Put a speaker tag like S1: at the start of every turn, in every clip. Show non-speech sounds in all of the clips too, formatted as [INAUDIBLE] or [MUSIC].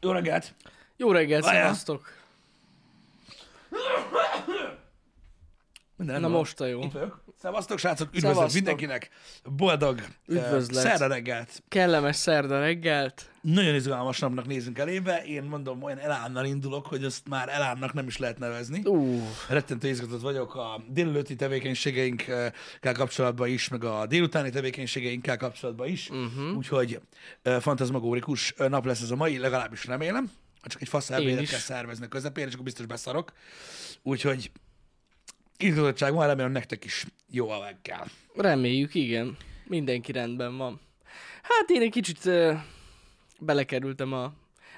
S1: Jó reggelt!
S2: Jó reggelt,
S1: Vajá.
S2: szevasztok!
S1: Minden
S2: Na
S1: rendben
S2: most a jó.
S1: van. Itt vagyok. Szevasztok, srácok! Üdvözlök
S2: Szevasztok.
S1: mindenkinek! Boldog
S2: Üdvözlet.
S1: Uh, szerda reggelt!
S2: Kellemes szerda reggelt.
S1: Nagyon izgalmas napnak nézünk elébe. Én mondom, olyan elánnal indulok, hogy azt már elánnak nem is lehet nevezni.
S2: Ú,
S1: Rettentő izgatott vagyok a délelőtti tevékenységeinkkel kapcsolatban is, meg a délutáni tevékenységeinkkel kapcsolatban is.
S2: Mhm.
S1: Uh-huh. Úgyhogy ö, fantazmagórikus ö, nap lesz ez a mai, legalábbis remélem. Ha Csak egy fasz elvédet
S2: is.
S1: kell szervezni a közepén, és akkor biztos beszarok. Úgyhogy izgatottság van, remélem nektek is jó a kell.
S2: reméljük, igen. Mindenki rendben van. Hát én egy kicsit ö, belekerültem a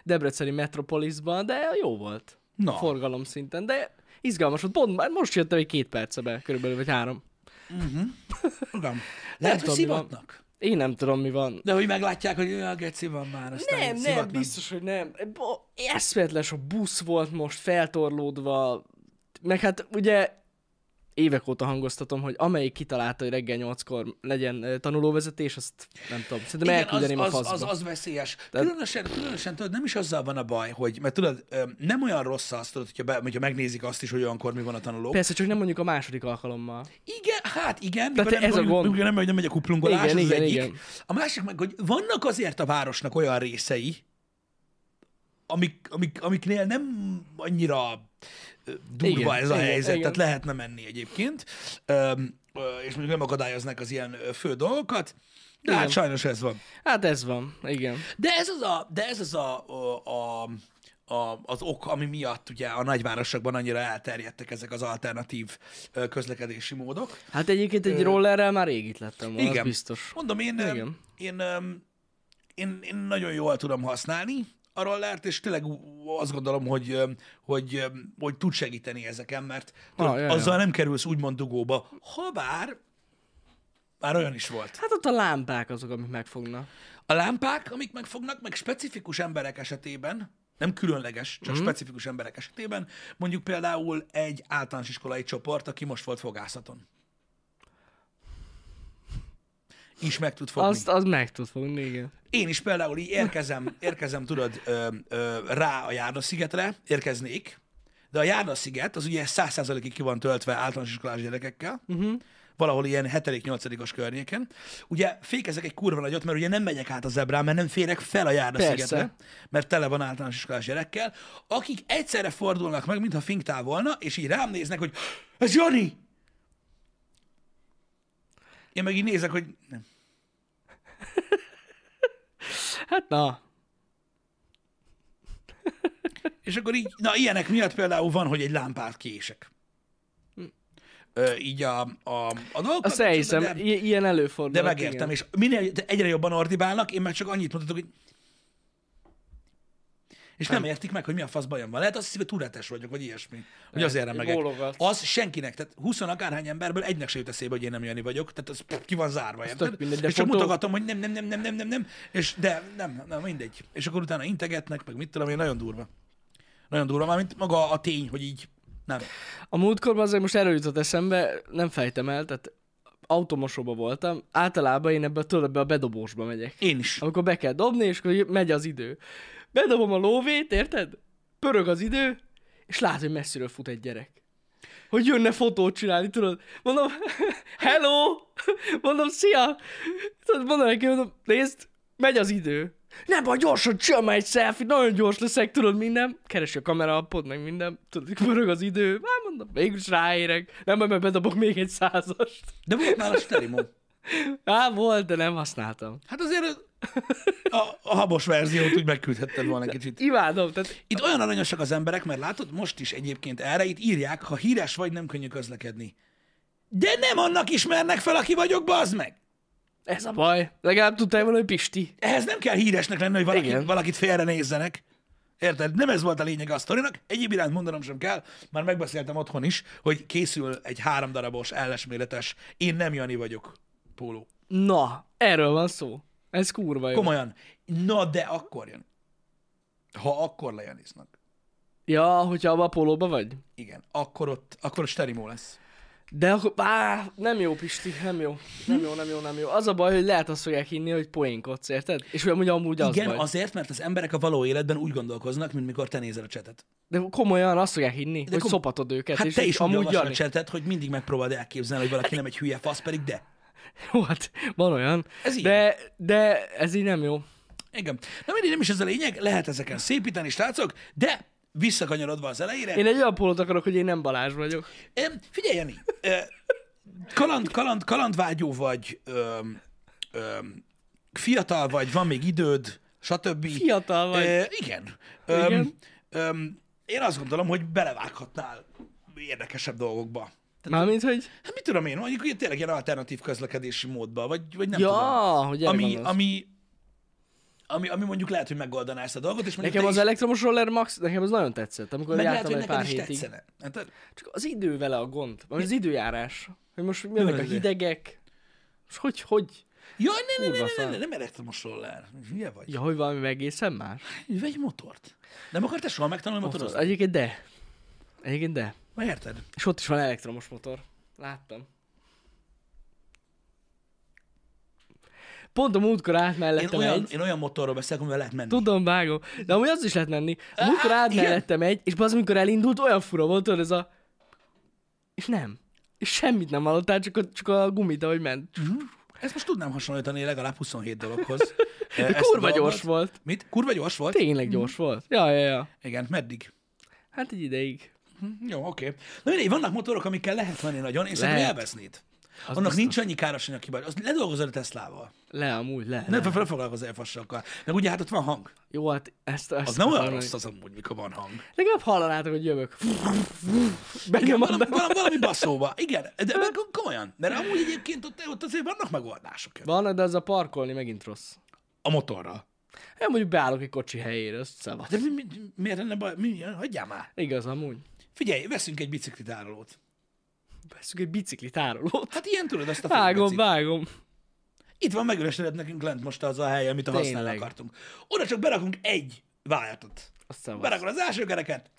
S2: debreceni metropolisba, de jó volt.
S1: Na.
S2: Forgalom szinten, de izgalmas volt. Pont már most jöttem egy két perce be, körülbelül, vagy három.
S1: Uram, lehet, hogy
S2: tudom, mi van.
S1: szivatnak.
S2: Én nem tudom, mi van.
S1: De hogy meglátják, hogy olyan geci van már, aztán
S2: Nem, nem,
S1: szivatnak.
S2: biztos, hogy nem. Bo- Eszméletlen sok busz volt most feltorlódva, meg hát ugye évek óta hangoztatom, hogy amelyik kitalálta, hogy reggel 8-kor legyen ö, tanulóvezetés, azt nem tudom, szerintem
S1: Igen,
S2: elküldeném a
S1: az, az,
S2: faszba.
S1: az, az veszélyes. Tehát... Különösen, különösen tudod, nem is azzal van a baj, hogy, mert tudod, ö, nem olyan rossz azt, tudod, hogyha, be, hogyha megnézik azt is, hogy olyankor mi van a tanuló.
S2: Persze, csak nem mondjuk a második alkalommal.
S1: Igen, hát igen.
S2: Tehát
S1: mikor
S2: ez a
S1: mikor-
S2: gond.
S1: Mikor nem, hogy nem megy a kuplungolás, igen,
S2: Igen,
S1: az, igen,
S2: igen,
S1: az egyik. Igen.
S2: igen.
S1: A másik meg, hogy vannak azért a városnak olyan részei, amik, amik, amiknél nem annyira ö, durva
S2: Igen,
S1: ez a
S2: igen,
S1: helyzet,
S2: igen.
S1: tehát lehetne menni egyébként, Öm, ö, és mondjuk nem akadályoznak az ilyen ö, fő dolgokat, de igen. hát
S2: Igen.
S1: sajnos ez van.
S2: Hát ez van, igen.
S1: De ez az a, de ez az a, a, a, a az ok, ami miatt ugye a nagyvárosokban annyira elterjedtek ezek az alternatív ö, közlekedési módok.
S2: Hát egyébként egy rollerrel már rég itt lettem volna,
S1: Igen.
S2: az biztos.
S1: Mondom, én, ö,
S2: Igen.
S1: én, öm, én, én nagyon jól tudom használni a rollert, és tényleg ú- azt gondolom, hogy, öm, hogy, öm, hogy tud segíteni ezeken, mert tudod,
S2: jaj,
S1: azzal nem kerülsz úgymond dugóba, ha bár már olyan is volt.
S2: Hát ott a lámpák azok, amik megfognak.
S1: A lámpák, amik megfognak, meg specifikus emberek esetében, nem különleges, csak mm-hmm. specifikus emberek esetében, mondjuk például egy általános iskolai csoport, aki most volt fogászaton. Is meg tud fogni.
S2: Azt, az meg tud fogni, igen.
S1: Én is például így érkezem, érkezem tudod, ö, ö, rá a Járda-szigetre, érkeznék, de a Járda-sziget az ugye 100%-ig ki van töltve általános iskolás gyerekekkel, uh-huh. valahol ilyen 7.-8.-os környéken. Ugye fékezek egy kurva nagyot, mert ugye nem megyek át a zebrán, mert nem férek fel a Járda-szigetre,
S2: Persze.
S1: mert tele van általános iskolás gyerekkel, akik egyszerre fordulnak meg, mintha finktál volna, és így rám néznek, hogy ez Jani! Én meg így nézek, hogy nem.
S2: Hát na,
S1: És akkor így, na ilyenek miatt például van, hogy egy lámpát kések. Ö, így a, a, a dolgokat.
S2: azt elhiszem,
S1: De,
S2: i- ilyen előfordul.
S1: de megértem,
S2: igen.
S1: és minél de egyre jobban ordibálnak, én meg csak annyit mondhatok, hogy és
S2: Hát.
S1: nem. nem értik meg, hogy mi a fasz bajom van. Lehet azt hiszi, hogy túlretes vagyok, vagy ilyesmi. Hogy azért nem meg.
S2: bólogat.
S1: Az senkinek, tehát 20 akárhány emberből egynek se jut eszébe, hogy én nem Jani vagyok, tehát az pff, ki van zárva, érted?
S2: tök mindegy, de
S1: és csak
S2: fotó-
S1: mutogatom, hogy nem, nem, nem, nem, nem, nem, nem, és de nem, nem, mindegy. És akkor utána integetnek, meg mit tudom én, nagyon durva. Nagyon durva, mármint maga a tény, hogy így nem.
S2: A múltkorban azért most erről jutott eszembe, nem fejtem el, tehát automosóba voltam, általában én ebbe, a- tudod, ebbe a bedobósba megyek.
S1: Én is.
S2: Amikor be kell dobni, és akkor megy az idő. Bedobom a lóvét, érted? Pörög az idő, és lát, hogy messziről fut egy gyerek. Hogy jönne fotót csinálni, tudod? Mondom, [LAUGHS] hello! Mondom, szia! Tudod, mondom neki, mondom, nézd, megy az idő. Nem baj, gyorsan csinálj már egy selfie, nagyon gyors leszek, tudod, minden. Keresi a kameraappot, meg minden. Tudod, pörög az idő. Már mondom, mégis ráérek. Nem, baj, mert bedobok még egy százast.
S1: De volt már a sterimó.
S2: Á, volt, de nem használtam.
S1: Hát azért a, a habos verziót úgy megküldhetted volna kicsit.
S2: Imádom, tehát
S1: Itt olyan aranyosak az emberek, mert látod, most is egyébként erre itt írják, ha híres vagy, nem könnyű közlekedni. De nem annak ismernek fel, aki vagyok, bazd meg!
S2: Ez a baj. Legalább tudtál volna, hogy Pisti.
S1: Ehhez nem kell híresnek lenni, hogy valaki,
S2: Igen.
S1: valakit félre nézzenek. Érted? Nem ez volt a lényeg a sztorinak. Egyéb iránt mondanom sem kell, már megbeszéltem otthon is, hogy készül egy három darabos, ellesméletes, én nem Jani vagyok póló.
S2: Na, erről van szó. Ez kurva jó.
S1: Komolyan. Na de akkor jön. Ha akkor lejaniznak.
S2: Ja, hogyha abba a pólóba vagy?
S1: Igen, akkor ott, akkor ott sterimó lesz.
S2: De akkor, á, nem jó, Pisti, nem jó. Nem jó, nem jó, nem jó. Az a baj, hogy lehet azt fogják hinni, hogy poénkodsz, érted? És hogy amúgy amúgy az
S1: Igen,
S2: vagy.
S1: azért, mert az emberek a való életben úgy gondolkoznak, mint mikor te nézel a csetet.
S2: De komolyan azt fogják hinni, hogy
S1: kom-
S2: szopatod őket.
S1: Hát
S2: és
S1: te
S2: hogy
S1: is amúgy
S2: amúgy
S1: a
S2: [LAUGHS] Jani. Hát-
S1: csetet, hogy mindig megpróbáld elképzelni, hogy valaki nem egy hülye fasz, pedig de.
S2: Jó, hát van olyan.
S1: Ez így.
S2: de, de ez így nem jó.
S1: Igen. Na mindig nem is ez a lényeg, lehet ezeken szépíteni, srácok, de visszakanyarodva az elejére.
S2: Én egy olyan pólót akarok, hogy én nem Balázs vagyok.
S1: Em, Figyelj, Jani, ö, kaland, kaland, kalandvágyó vagy, öm, öm, fiatal vagy, van még időd, stb.
S2: Fiatal vagy.
S1: Ö, igen. Öm,
S2: Igen.
S1: Öm, én azt gondolom, hogy belevághatnál érdekesebb dolgokba.
S2: Mármint, hogy...
S1: Hát mit tudom én, mondjuk ugye tényleg ilyen alternatív közlekedési módba, vagy, vagy nem
S2: ja,
S1: tudom.
S2: hogy erre
S1: Ami,
S2: gondolsz.
S1: ami, ami, ami mondjuk lehet, hogy megoldaná ezt a dolgot, és mondjuk
S2: Nekem
S1: te
S2: az
S1: is,
S2: elektromos roller max, nekem az nagyon tetszett, amikor
S1: meg lehet,
S2: jártam
S1: hogy
S2: egy pár
S1: neked is
S2: hétig.
S1: tetszene. Hát,
S2: Csak az idő vele a gond, vagy az időjárás. Hogy most jönnek a
S1: az idő?
S2: hidegek. És hogy, hogy?
S1: jaj, ne, ne, ne,
S2: Kurva
S1: ne, ne,
S2: szar.
S1: ne, nem elektromos roller. Hülye vagy.
S2: Ja, hogy valami egészen más?
S1: Üve egy motort. Nem akartál soha megtanulni
S2: Motor.
S1: motorozni?
S2: Egyébként de. Egyébként de.
S1: Ma érted?
S2: És ott is van elektromos motor. Láttam. Pont a múltkor át
S1: Én
S2: mellettem
S1: olyan,
S2: egy.
S1: én olyan motorról beszélek, amivel lehet menni.
S2: Tudom, vágom. De amúgy az is lehet menni. A múltkor
S1: Á,
S2: át
S1: Ah, igen.
S2: mellettem egy, és az, amikor elindult, olyan fura volt, tudod, ez a... És nem. És semmit nem hallottál, csak a, csak a gumit, ahogy ment.
S1: Ezt most tudnám hasonlítani legalább 27
S2: [LAUGHS]
S1: dologhoz. E, ezt a Mhm.
S2: Kurva
S1: dolgot.
S2: gyors volt.
S1: Mit? Kurva gyors volt?
S2: Tényleg gyors volt. Ja, ja, ja.
S1: Igen, meddig?
S2: Hát egy ideig.
S1: Hm, Jó, oké. Na mindegy, vannak motorok, amikkel lehet menni nagyon, én szerintem
S2: Lehet.
S1: élveznéd.
S2: Az
S1: Annak
S2: biztos.
S1: nincs annyi káros anyaghiba. Az ledolgozol a Teslával.
S2: Le, amúgy le.
S1: Ne
S2: le.
S1: fel- foglalkozz el fassakkal. Meg ugye hát ott van hang.
S2: Jó, hát ezt... ezt
S1: Az nem olyan
S2: akarom,
S1: rossz
S2: hogy-
S1: az amúgy, mikor van hang.
S2: Legalább hallanátok, hogy jövök.
S1: Igen,
S2: Benyomom,
S1: valami,
S2: de... Hát-
S1: valami, valami baszóba. Igen, de meg komolyan. Mert amúgy egyébként ott, ott azért vannak megoldások.
S2: Van, de az a parkolni megint rossz.
S1: A motorral.
S2: Én mondjuk beállok egy kocsi helyére, azt szabad.
S1: Hát De mi, mi, miért lenne baj? Mi, hagyjál már.
S2: Igaz, amúgy.
S1: Figyelj, veszünk egy biciklitárolót.
S2: Veszünk egy bicikli tárolót.
S1: Hát ilyen tudod ezt a
S2: Vágom,
S1: fénybecit.
S2: vágom.
S1: Itt van megüresedett nekünk lent most az a hely, amit a használni
S2: Tényleg.
S1: akartunk. Oda csak berakunk egy vájatot.
S2: Azt szabad.
S1: Berakod az első kereket,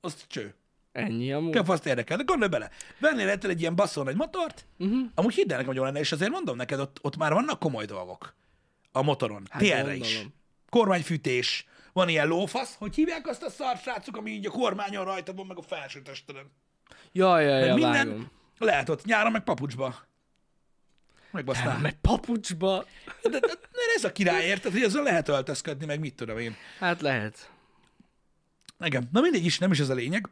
S1: azt cső.
S2: Ennyi amúgy.
S1: Kap azt érdekel, de gondolj bele. Vennél ettől egy ilyen baszon egy motort,
S2: Mhm.
S1: uh-huh. amúgy hidd el nekem, hogy jó lenne, és azért mondom neked, ott, ott már vannak komoly dolgok a motoron. Hát TR-re is.
S2: gondolom.
S1: Kormányfűtés. Van ilyen lófasz, hogy hívják azt a szar srácok, ami így a kormányon rajta van, meg a felső testeden.
S2: Jaj, jaj,
S1: Meg
S2: jaj,
S1: minden
S2: vágom.
S1: lehet ott nyáron, meg papucsba. Megbasznál.
S2: Meg papucsba.
S1: De, de, de, mert ez a király, érted, hogy ezzel lehet öltözködni, meg mit tudom én.
S2: Hát lehet.
S1: Igen. Na mindegy is, nem is ez a lényeg.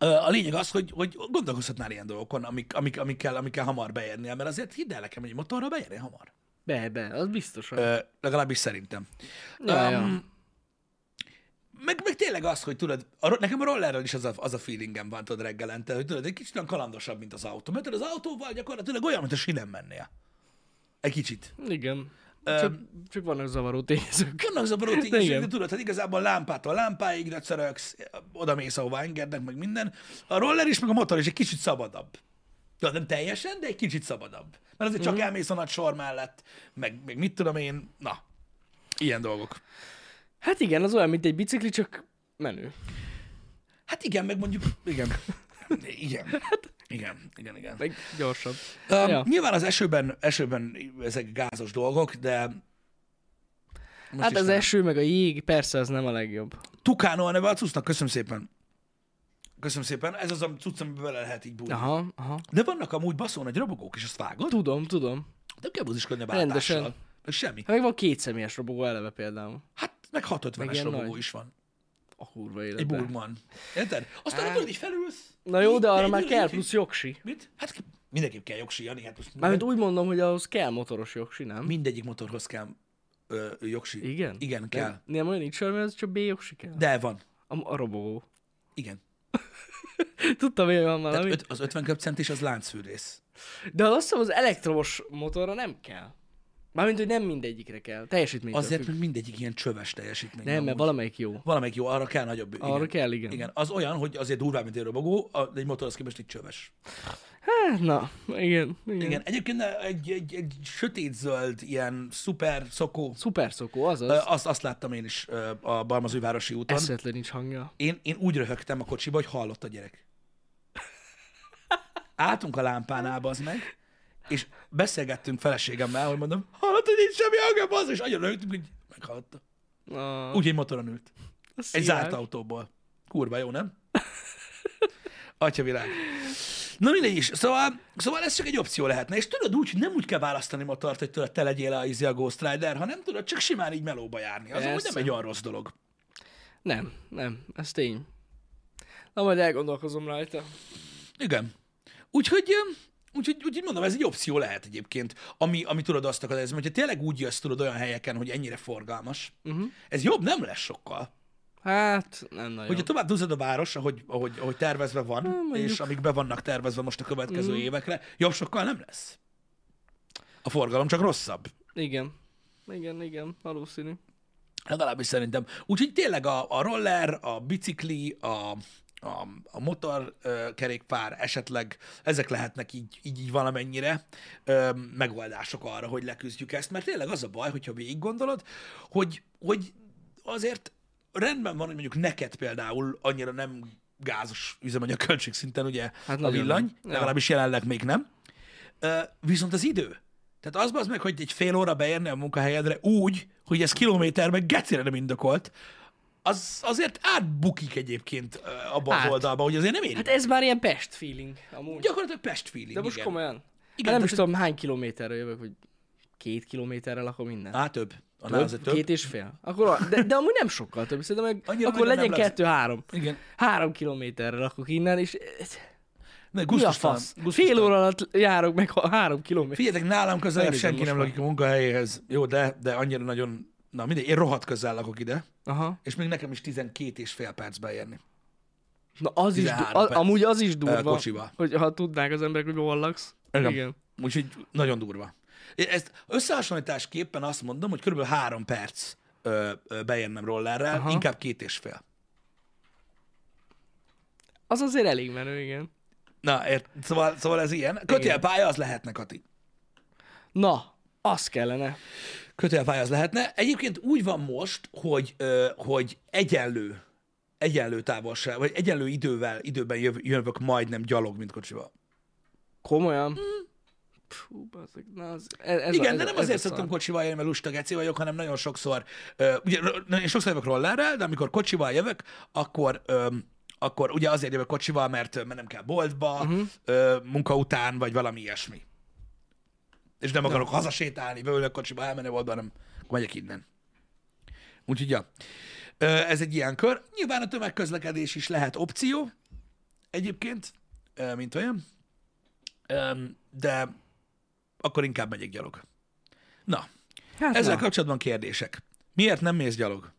S1: Ö, A lényeg az, hogy, hogy gondolkozhatnál ilyen dolgokon, amik, amik, amikkel, amikkel hamar beérnél, mert azért hidd el nekem, hogy egy motorra beérnél hamar.
S2: Be, be, az biztos.
S1: Ö, legalábbis szerintem.
S2: Ja, ja.
S1: Öm, Meg, meg tényleg az, hogy tudod, a, ro- nekem a rollerrel is az a, az a feelingem van, tudod, reggelente, hogy tudod, egy kicsit olyan kalandosabb, mint az autó. Mert tudod, az autóval gyakorlatilag olyan, mint a sinem mennél. Egy kicsit.
S2: Igen. Csak, csak vannak zavaró tényezők.
S1: Vannak zavaró tényezők,
S2: Igen.
S1: de tudod, hát igazából lámpától lámpáig röcörögsz, oda mész, ahová engednek, meg minden. A roller is, meg a motor is egy kicsit szabadabb. Tudod, nem teljesen, de egy kicsit szabadabb. Mert azért
S2: Mhm.
S1: csak elmész a nagy sor mellett, meg, meg mit tudom én, na, ilyen dolgok.
S2: Hát igen, az olyan, mint egy bicikli, csak menő.
S1: Hát igen, meg mondjuk, igen.
S2: [LAUGHS]
S1: Igen. Igen, igen, igen.
S2: Meg gyorsabb.
S1: Um,
S2: Ja.
S1: Nyilván az esőben, esőben ezek gázos dolgok, de... Most
S2: Hát
S1: is
S2: az
S1: nem.
S2: eső meg a jég, persze az nem a legjobb.
S1: Tukánó a neve a cuccnak, köszönöm szépen. Köszönöm szépen, ez az a cucc, amiben bele lehet így bújni.
S2: Aha, aha.
S1: De vannak amúgy baszó nagy robogók is, azt vágod?
S2: Tudom, tudom.
S1: Nem kell buziskodni a
S2: Rendesen.
S1: bátással. Meg semmi.
S2: Hát meg van két személyes robogó eleve például.
S1: Hát meg 650-es
S2: ilyen
S1: robogó
S2: nagy.
S1: is van.
S2: A kurva
S1: Egy
S2: életben.
S1: burgman. Érted? Aztán ott tudod, így felülsz.
S2: Hát- Na jó,
S1: így,
S2: de arra
S1: így,
S2: már
S1: így,
S2: kell
S1: így.
S2: plusz jogsi.
S1: Mit? Hát ki- mindenképp kell jogsi, Jani, hát most
S2: Mármint úgy mondom, hogy ahhoz kell motoros jogsi, nem?
S1: mindegyik motorhoz kell ö, jogsi.
S2: Igen?
S1: Igen, kell.
S2: Nem, nem olyan nincs olyan, mert ez csak B jogsi kell.
S1: De van.
S2: A, a robogó.
S1: Igen.
S2: Tudtam, hogy van
S1: Tehát
S2: valami.
S1: öt, az 50 köbcentis az láncfűrész.
S2: De azt hiszem, az elektromos motorra nem kell. Mármint, hogy nem mindegyikre kell. Teljesítménytől
S1: Azért,
S2: Azért,
S1: mert
S2: függ.
S1: mindegyik ilyen csöves teljesítmény.
S2: Nem, mert
S1: amúgy.
S2: valamelyik jó.
S1: Valamelyik jó, arra kell nagyobb. Igen.
S2: Arra kell, igen.
S1: Igen, az olyan, hogy azért durvább, mint egy robogó, a- de egy motorhoz képest egy csöves.
S2: Hát, na, igen, igen.
S1: Igen,
S2: igen.
S1: egyébként egy, egy, egy sötétzöld, ilyen szuper szokó,
S2: Szuper szokó, azaz.
S1: Ö,
S2: Uh,
S1: azt, azt láttam én is ö, a Balmazújvárosi úton.
S2: Eszetlen nincs hangja.
S1: Én, én úgy röhögtem a kocsiba, hogy hallott a gyerek. álltunk a lámpánál, az meg, és beszélgettünk feleségemmel, hogy mondom, hallott, hogy nincs semmi hangja, bazd, és nagyon rögtünk, hogy meghallgatta.
S2: Ah,
S1: Úgy egy motoron ült. Egy zárt autóból. Kurva jó, nem? [LAUGHS] Atya világ. Na mindegy is. Szóval, szóval ez csak egy opció lehetne. És tudod úgy, hogy nem úgy kell választani motort, hogy tudod, te legyél a, izé a Ghost Rider, hanem tudod, csak simán így melóba járni. Az úgy
S2: Persze.
S1: nem egy olyan rossz dolog.
S2: Nem, nem, ez tény. Na majd elgondolkozom rajta.
S1: Igen. Úgyhogy, öm, úgyhogy, úgyhogy mondom, ez egy opció lehet egyébként, ami, ami tudod azt akadályozni, hogyha tényleg úgy jössz tudod olyan helyeken, hogy ennyire forgalmas, uh-huh. ez jobb nem lesz sokkal.
S2: Hát, nem nagyon.
S1: Hogyha tovább duzzad a város, ahogy, ahogy, ahogy tervezve van, és amik be vannak tervezve most a következő évekre, jobb sokkal nem lesz. A forgalom csak rosszabb.
S2: Igen. Igen, igen, valószínű.
S1: Legalábbis szerintem. Úgyhogy tényleg a, a roller, a bicikli, a, a, a motor, ö, kerékpár esetleg, ezek lehetnek így, így, így valamennyire ö, megoldások arra, hogy leküzdjük ezt, mert tényleg az a baj, hogyha végig gondolod, hogy, hogy azért rendben van, hogy mondjuk neked például annyira nem gázos üzemanyag költségszinten ugye hát a
S2: nagyon
S1: villany,
S2: nem. Ja.
S1: legalábbis jelenleg még nem, Ö, viszont az idő. Tehát az az meg, hogy egy fél óra beérni a munkahelyedre úgy, hogy ez kilométer meg gecire nem indokolt, az azért átbukik egyébként ö, abba az
S2: Át.
S1: oldalba, hogy azért nem éri.
S2: Hát
S1: Hát,
S2: ez már ilyen Pest feeling, amúgy.
S1: Gyakorlatilag Pest feeling,
S2: De most
S1: igen.
S2: komolyan. Igen,
S1: Igen,
S2: hát nem
S1: tehát-
S2: is tudom hány kilométerre jövök, hogy két kilométerre lakom minden.
S1: Á, több. Annál azért több.
S2: Két és fél. Akkor, a- de, de amúgy nem sokkal több, szerintem meg,
S1: Annyira
S2: akkor
S1: nagyon nem
S2: legyen
S1: lesz.
S2: kettő-három.
S1: Igen.
S2: Három kilométerre lakok innen, és ez-
S1: Ne,
S2: mi a
S1: gusztustalan.
S2: fasz? Fél óra alatt járok meg ha három kilométer.
S1: Figyeljetek, nálam közelebb
S2: Megnézem
S1: senki
S2: most
S1: nem
S2: már.
S1: lakik a munkahelyéhez. Jó, de, de annyira nagyon... Na mindegy, én rohadt közel lakok ide,
S2: Aha.
S1: és még nekem is 12 és fél perc beérni.
S2: Na az is, du-
S1: 13
S2: a,
S1: perc.
S2: amúgy az is
S1: Ö,
S2: durva,
S1: kocsiba.
S2: hogy ha tudnák az emberek, hogy hol laksz.
S1: Igen.
S2: Igen.
S1: Úgyhogy nagyon durva. Én Ezt összehasonlításképpen azt mondom, hogy körülbelül három perc ö, ö, beérnem rollerrel,
S2: Aha.
S1: inkább két és fél.
S2: Az azért elég menő, igen.
S1: Na, ért, szóval, szóval ez ilyen. Kötélpálya az lehetne, Kati.
S2: Na, az kellene.
S1: Kötélpálya az lehetne. Egyébként úgy van most, hogy, ö, hogy egyenlő, egyenlő távolság, vagy egyenlő idővel, időben jöv- jövök majdnem gyalog, mint kocsival.
S2: Komolyan? Fú, bazzeg, na az, e- ez, ez
S1: Mm. Igen,
S2: a, ez
S1: de
S2: a-
S1: nem
S2: ez
S1: azért
S2: a szar.
S1: szoktam kocsival jönni, mert lusta geci vagyok, hanem nagyon sokszor, ö, ugye, r- na, én sokszor jövök rollerrel, de amikor kocsival jövök, akkor, ö, akkor ugye azért jövök kocsival, mert, ö, mert nem kell boltba,
S2: Mhm.
S1: uh-huh. ö, munka után, vagy valami ilyesmi. És nem akarok hazasétálni, beülök kocsiba, elmenni boltba, hanem akkor megyek innen. Úgyhogy, ja. Ö, ez egy ilyen kör. Nyilván a tömegközlekedés is lehet opció, egyébként, ö, mint olyan, Ö, de akkor inkább megyek gyalog. Na,
S2: Hát
S1: ezzel
S2: Ezek
S1: Na. kapcsolatban kérdések. Miért nem mész gyalog?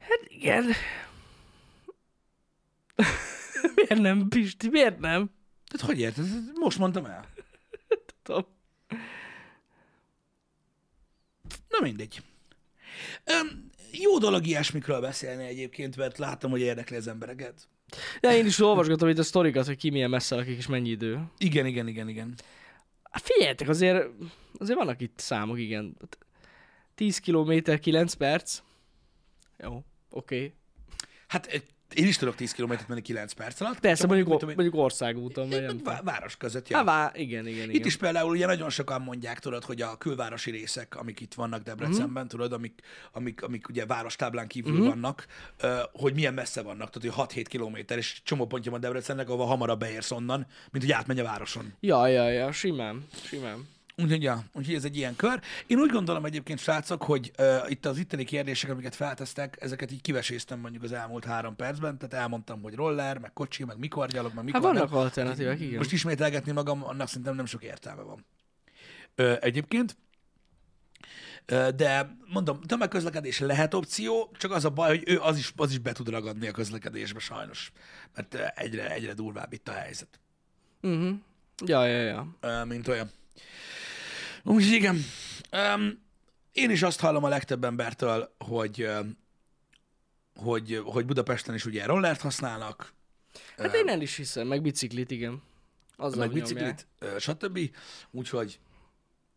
S2: Hát igen. [LAUGHS] miért nem, Pisti, miért nem?
S1: Tehát hogy érted? Most mondtam el.
S2: Tudom.
S1: Na mindegy. Öm, jó dolog ilyesmikről beszélni egyébként, mert látom, hogy érdekli az embereket.
S2: De én is olvasgatom itt a sztorikat, hogy ki milyen messze lakik és mennyi idő.
S1: Igen, igen, igen, igen.
S2: Hát figyeljetek, azért, azért vannak itt számok, igen. Hát 10 km, 9 perc. Jó, oké. Okay.
S1: Hát ö, én is tudok 10 kilométert menni 9 perc alatt.
S2: Persze,
S1: Csak
S2: mondjuk,
S1: mit
S2: o-
S1: tudom én,
S2: mondjuk országúton, vagy nem
S1: vá-
S2: tudom.
S1: város között. Ja.
S2: Hát, vá- igen, igen, igen.
S1: Itt is például ugye nagyon sokan mondják, tudod, hogy a külvárosi részek, amik itt vannak Debrecenben, mm. tudod, amik, amik, amik ugye várostáblán kívül mm. vannak, ö, hogy milyen messze vannak, tehát hogy 6-7 kilométer, és csomó pontja van Debrecennek, ahova hamarabb beérsz onnan, mint hogy átmenj a városon.
S2: Ja, ja, ja, simán, simán.
S1: Úgyhogy, ja, úgyhogy ez egy ilyen kör. Én úgy gondolom egyébként, srácok, hogy uh, itt az itteni kérdések, amiket feltesztek, ezeket így kiveséztem mondjuk az elmúlt három percben, tehát elmondtam, hogy roller, meg kocsi, meg mikor gyalog, meg mikor
S2: Hát
S1: nem.
S2: vannak alternatívák, igen.
S1: Most ismételgetni magam, annak szerintem nem sok értelme van. Ö, egyébként. Ö, de mondom, tömegközlekedés lehet opció, csak az a baj, hogy ő az is, az is be tud ragadni a közlekedésbe sajnos. Mert ö, egyre, egyre durvább itt a helyzet,
S2: Uh-huh. Ja, ja, ja.
S1: ö, mint olyan. Úgyhogy igen. Öm, én is azt hallom a legtöbb embertől, hogy, öm, hogy, hogy Budapesten is ugye rollert használnak,
S2: Hát én el is hiszem, meg biciklit, igen. Azzal
S1: meg biciklit, ö, stb. Úgyhogy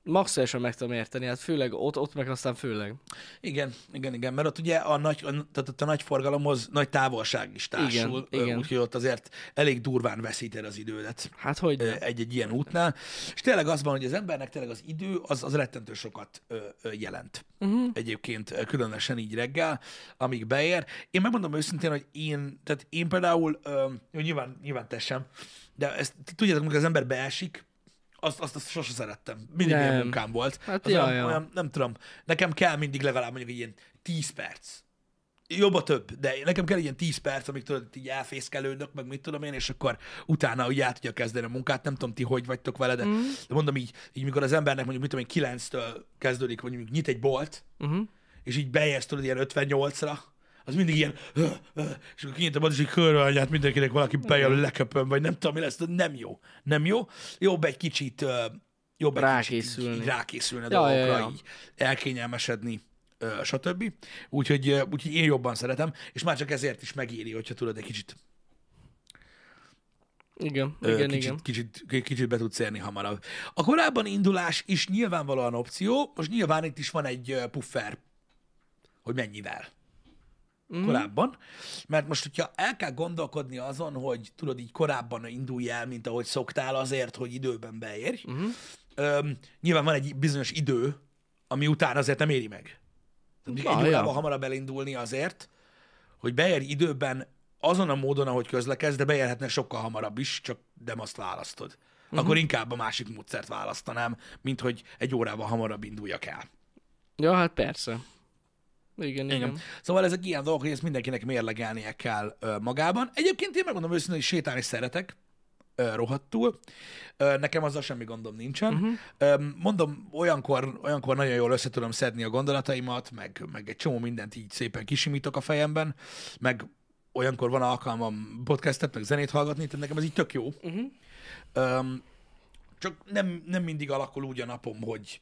S2: maximálisan meg tudom érteni, hát főleg ott, ott meg aztán főleg.
S1: Igen, igen, igen, mert ott ugye a nagy, a, tehát ott a nagy forgalomhoz nagy távolság is társul,
S2: Igen,
S1: ö,
S2: igen.
S1: úgyhogy ott azért elég durván veszíted az idődet
S2: Hát hogy
S1: ö,
S2: nem.
S1: egy-egy ilyen útnál. És tényleg az van, hogy az embernek tényleg az idő az, az rettentő sokat ö, ö, jelent.
S2: Mhm.
S1: Uh-huh. Egyébként ö, különösen így reggel, amíg beér. Én megmondom őszintén, hogy én, tehát én például, ö, jó, nyilván, nyilván te sem, de ezt tudjátok, amikor az ember beesik, azt, azt, azt sose szerettem. Mindig ilyen
S2: Nem.
S1: munkám volt.
S2: Hát
S1: Az
S2: ja,
S1: olyan,
S2: ja.
S1: olyan, nem tudom, nekem kell mindig legalább mondjuk egy ilyen 10 perc. Jobb a több, de nekem kell egy ilyen 10 perc, amíg tudod, itt így elfészkelődök, meg mit tudom én, és akkor utána úgy el tudja kezdeni a munkát. Nem tudom, ti hogy vagytok vele, de,
S2: Mhm.
S1: mm. de mondom így, így, mikor az embernek mondjuk, mit tudom én, 9-től kezdődik, vagy mondjuk nyit egy bolt,
S2: Mhm.
S1: és így beérsz tudod ilyen 58-ra, az mindig ilyen, "Ö, ö", és akkor kinyit a bad, és így körül anyát mindenkinek valaki
S2: Mhm.
S1: bejön, leköpöm, vagy nem tudom, mi lesz, de nem jó. Nem jó. Jobb egy kicsit, ö, jobb egy
S2: Rákészülni.
S1: Kicsit, így- így rákészülni a
S2: Ja,
S1: dolgokra,
S2: ja, ja.
S1: így elkényelmesedni, ö, stb. Úgyhogy, ö, úgyhogy én jobban szeretem, és már csak ezért is megéri, hogyha tudod, egy kicsit,
S2: Igen,
S1: ö,
S2: igen,
S1: kicsit,
S2: igen.
S1: Kicsit, ki- kicsit be tudsz érni hamarabb. A korábban indulás is nyilvánvalóan opció, most nyilván itt is van egy ö, puffer, hogy mennyivel.
S2: Mhm.
S1: Mm. korábban, mert most, hogyha el kell gondolkodni azon, hogy tudod, így korábban indulj el, mint ahogy szoktál, azért, hogy időben beérj,
S2: Mhm.
S1: mm. öm, nyilván van egy bizonyos idő, ami után azért nem éri meg. Tehát
S2: Na,
S1: egy
S2: ja.
S1: órával hamarabb elindulni azért, hogy beérj időben azon a módon, ahogy közlekedsz, de beérhetne sokkal hamarabb is, csak nem azt választod. Uh-huh.
S2: Mhm.
S1: Akkor inkább a másik módszert választanám, mint hogy egy órával hamarabb induljak el.
S2: Ja, hát persze. Igen, igen.
S1: Igen. Szóval ezek ilyen dolgok, hogy ezt mindenkinek mérlegelnie kell ö, magában. Egyébként én megmondom őszintén, hogy sétálni szeretek, ö, rohadtul. Ö, nekem azzal semmi gondom nincsen. Uh-huh. Ö, mondom, olyankor, olyankor nagyon jól össze tudom szedni a gondolataimat, meg, meg egy csomó mindent így szépen kisimítok a fejemben, meg olyankor van alkalmam podcastet, meg zenét hallgatni, tehát nekem ez így tök jó. Uh-huh. Ö, csak nem, nem mindig alakul úgy a napom, hogy,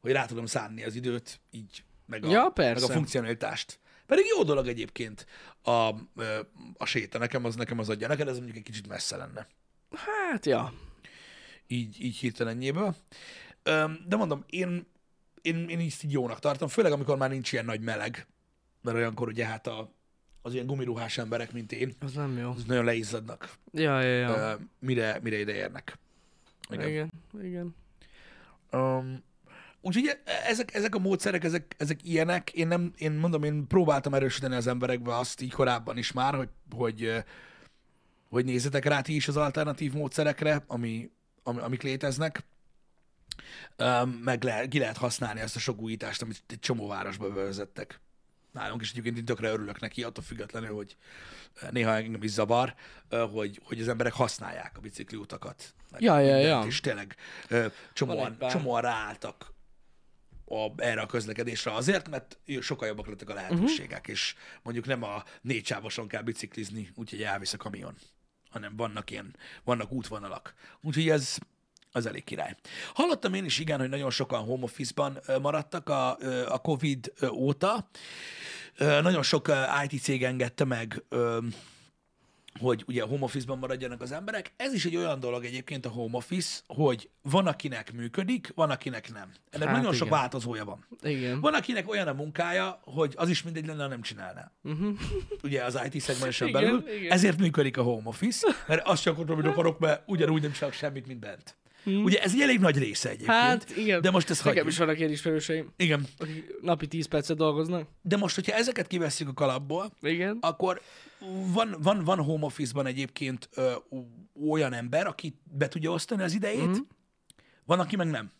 S1: hogy rá tudom szánni az időt, így meg a,
S2: Ja,
S1: meg a
S2: persze.
S1: funkcionalitást. Pedig jó dolog egyébként a, ö, a séta, nekem az, nekem az adja. Neked ez mondjuk egy kicsit messze lenne.
S2: Hát, ja.
S1: Így, így hirtelenjéből. Öm, De mondom, én, én, én így, így jónak tartom, főleg amikor már nincs ilyen nagy meleg, mert olyankor ugye hát a, az ilyen gumiruhás emberek, mint én,
S2: Az nem jó.
S1: az nagyon leizzadnak,
S2: Ja, ja, ja.
S1: ö, mire, mire ide érnek.
S2: igen. igen, igen.
S1: Um, úgyhogy e- ezek, ezek a módszerek, ezek, ezek ilyenek. Én nem, én mondom, én próbáltam erősíteni az emberekbe azt így korábban is már, hogy, hogy, ö, hogy nézzetek rá ti is az alternatív módszerekre, ami, ami, amik léteznek. Um, meg le, ki lehet használni azt a sok újítást, amit egy csomó városba bevezettek. Nálunk is egyébként én tökre örülök neki, attól függetlenül, hogy néha engem is zavar, ö, hogy, hogy az emberek használják a bicikliutakat. meg
S2: Ja, ja,
S1: mindent,
S2: ja.
S1: És tényleg ö,
S2: Van
S1: csomóan,
S2: egy pár.
S1: csomóan ráálltak a, erre a közlekedésre azért, mert sokkal jobbak lettek a lehetőségek,
S2: Mhm.
S1: uh-huh. és mondjuk nem a négy sávoson kell biciklizni, úgyhogy elvisz a kamion, hanem vannak ilyen, vannak útvonalak. Úgyhogy ez az elég király. Hallottam én is igen, hogy nagyon sokan home office-ban ö, maradtak a, ö, a Covid ö, óta. Ö, Nagyon sok ö, IT cég engedte meg ö, hogy ugye home office-ban maradjanak az emberek. Ez is egy olyan dolog egyébként a home office, hogy van, akinek működik, van, akinek nem. Ennek
S2: Hát
S1: hát nagyon igen. sok
S2: igen.
S1: változója van.
S2: Igen.
S1: Van, akinek olyan a munkája, hogy az is mindegy lenne, ha nem csinálná. Uh-huh. Ugye az IT szegmensen
S2: Mhm. Igen,
S1: belül.
S2: igen.
S1: Ezért működik a home office, mert azt csak ott, amit akarok, mert ugyanúgy nem csinálok semmit, mint bent. Hmm. Ugye ez egy elég nagy része egyébként.
S2: Mhm. Hát, igen.
S1: De most ezt
S2: Nekem
S1: hagyjuk.
S2: is vannak ilyen ismerőseim,
S1: Igen.
S2: akik napi 10 percet dolgoznak.
S1: De most, hogyha ezeket kivesszük a kalapból,
S2: Igen.
S1: akkor van, van, van home office-ban egyébként ö, o- olyan ember, aki be tudja osztani az idejét,
S2: Mhm.
S1: mm-hmm. van, aki meg nem.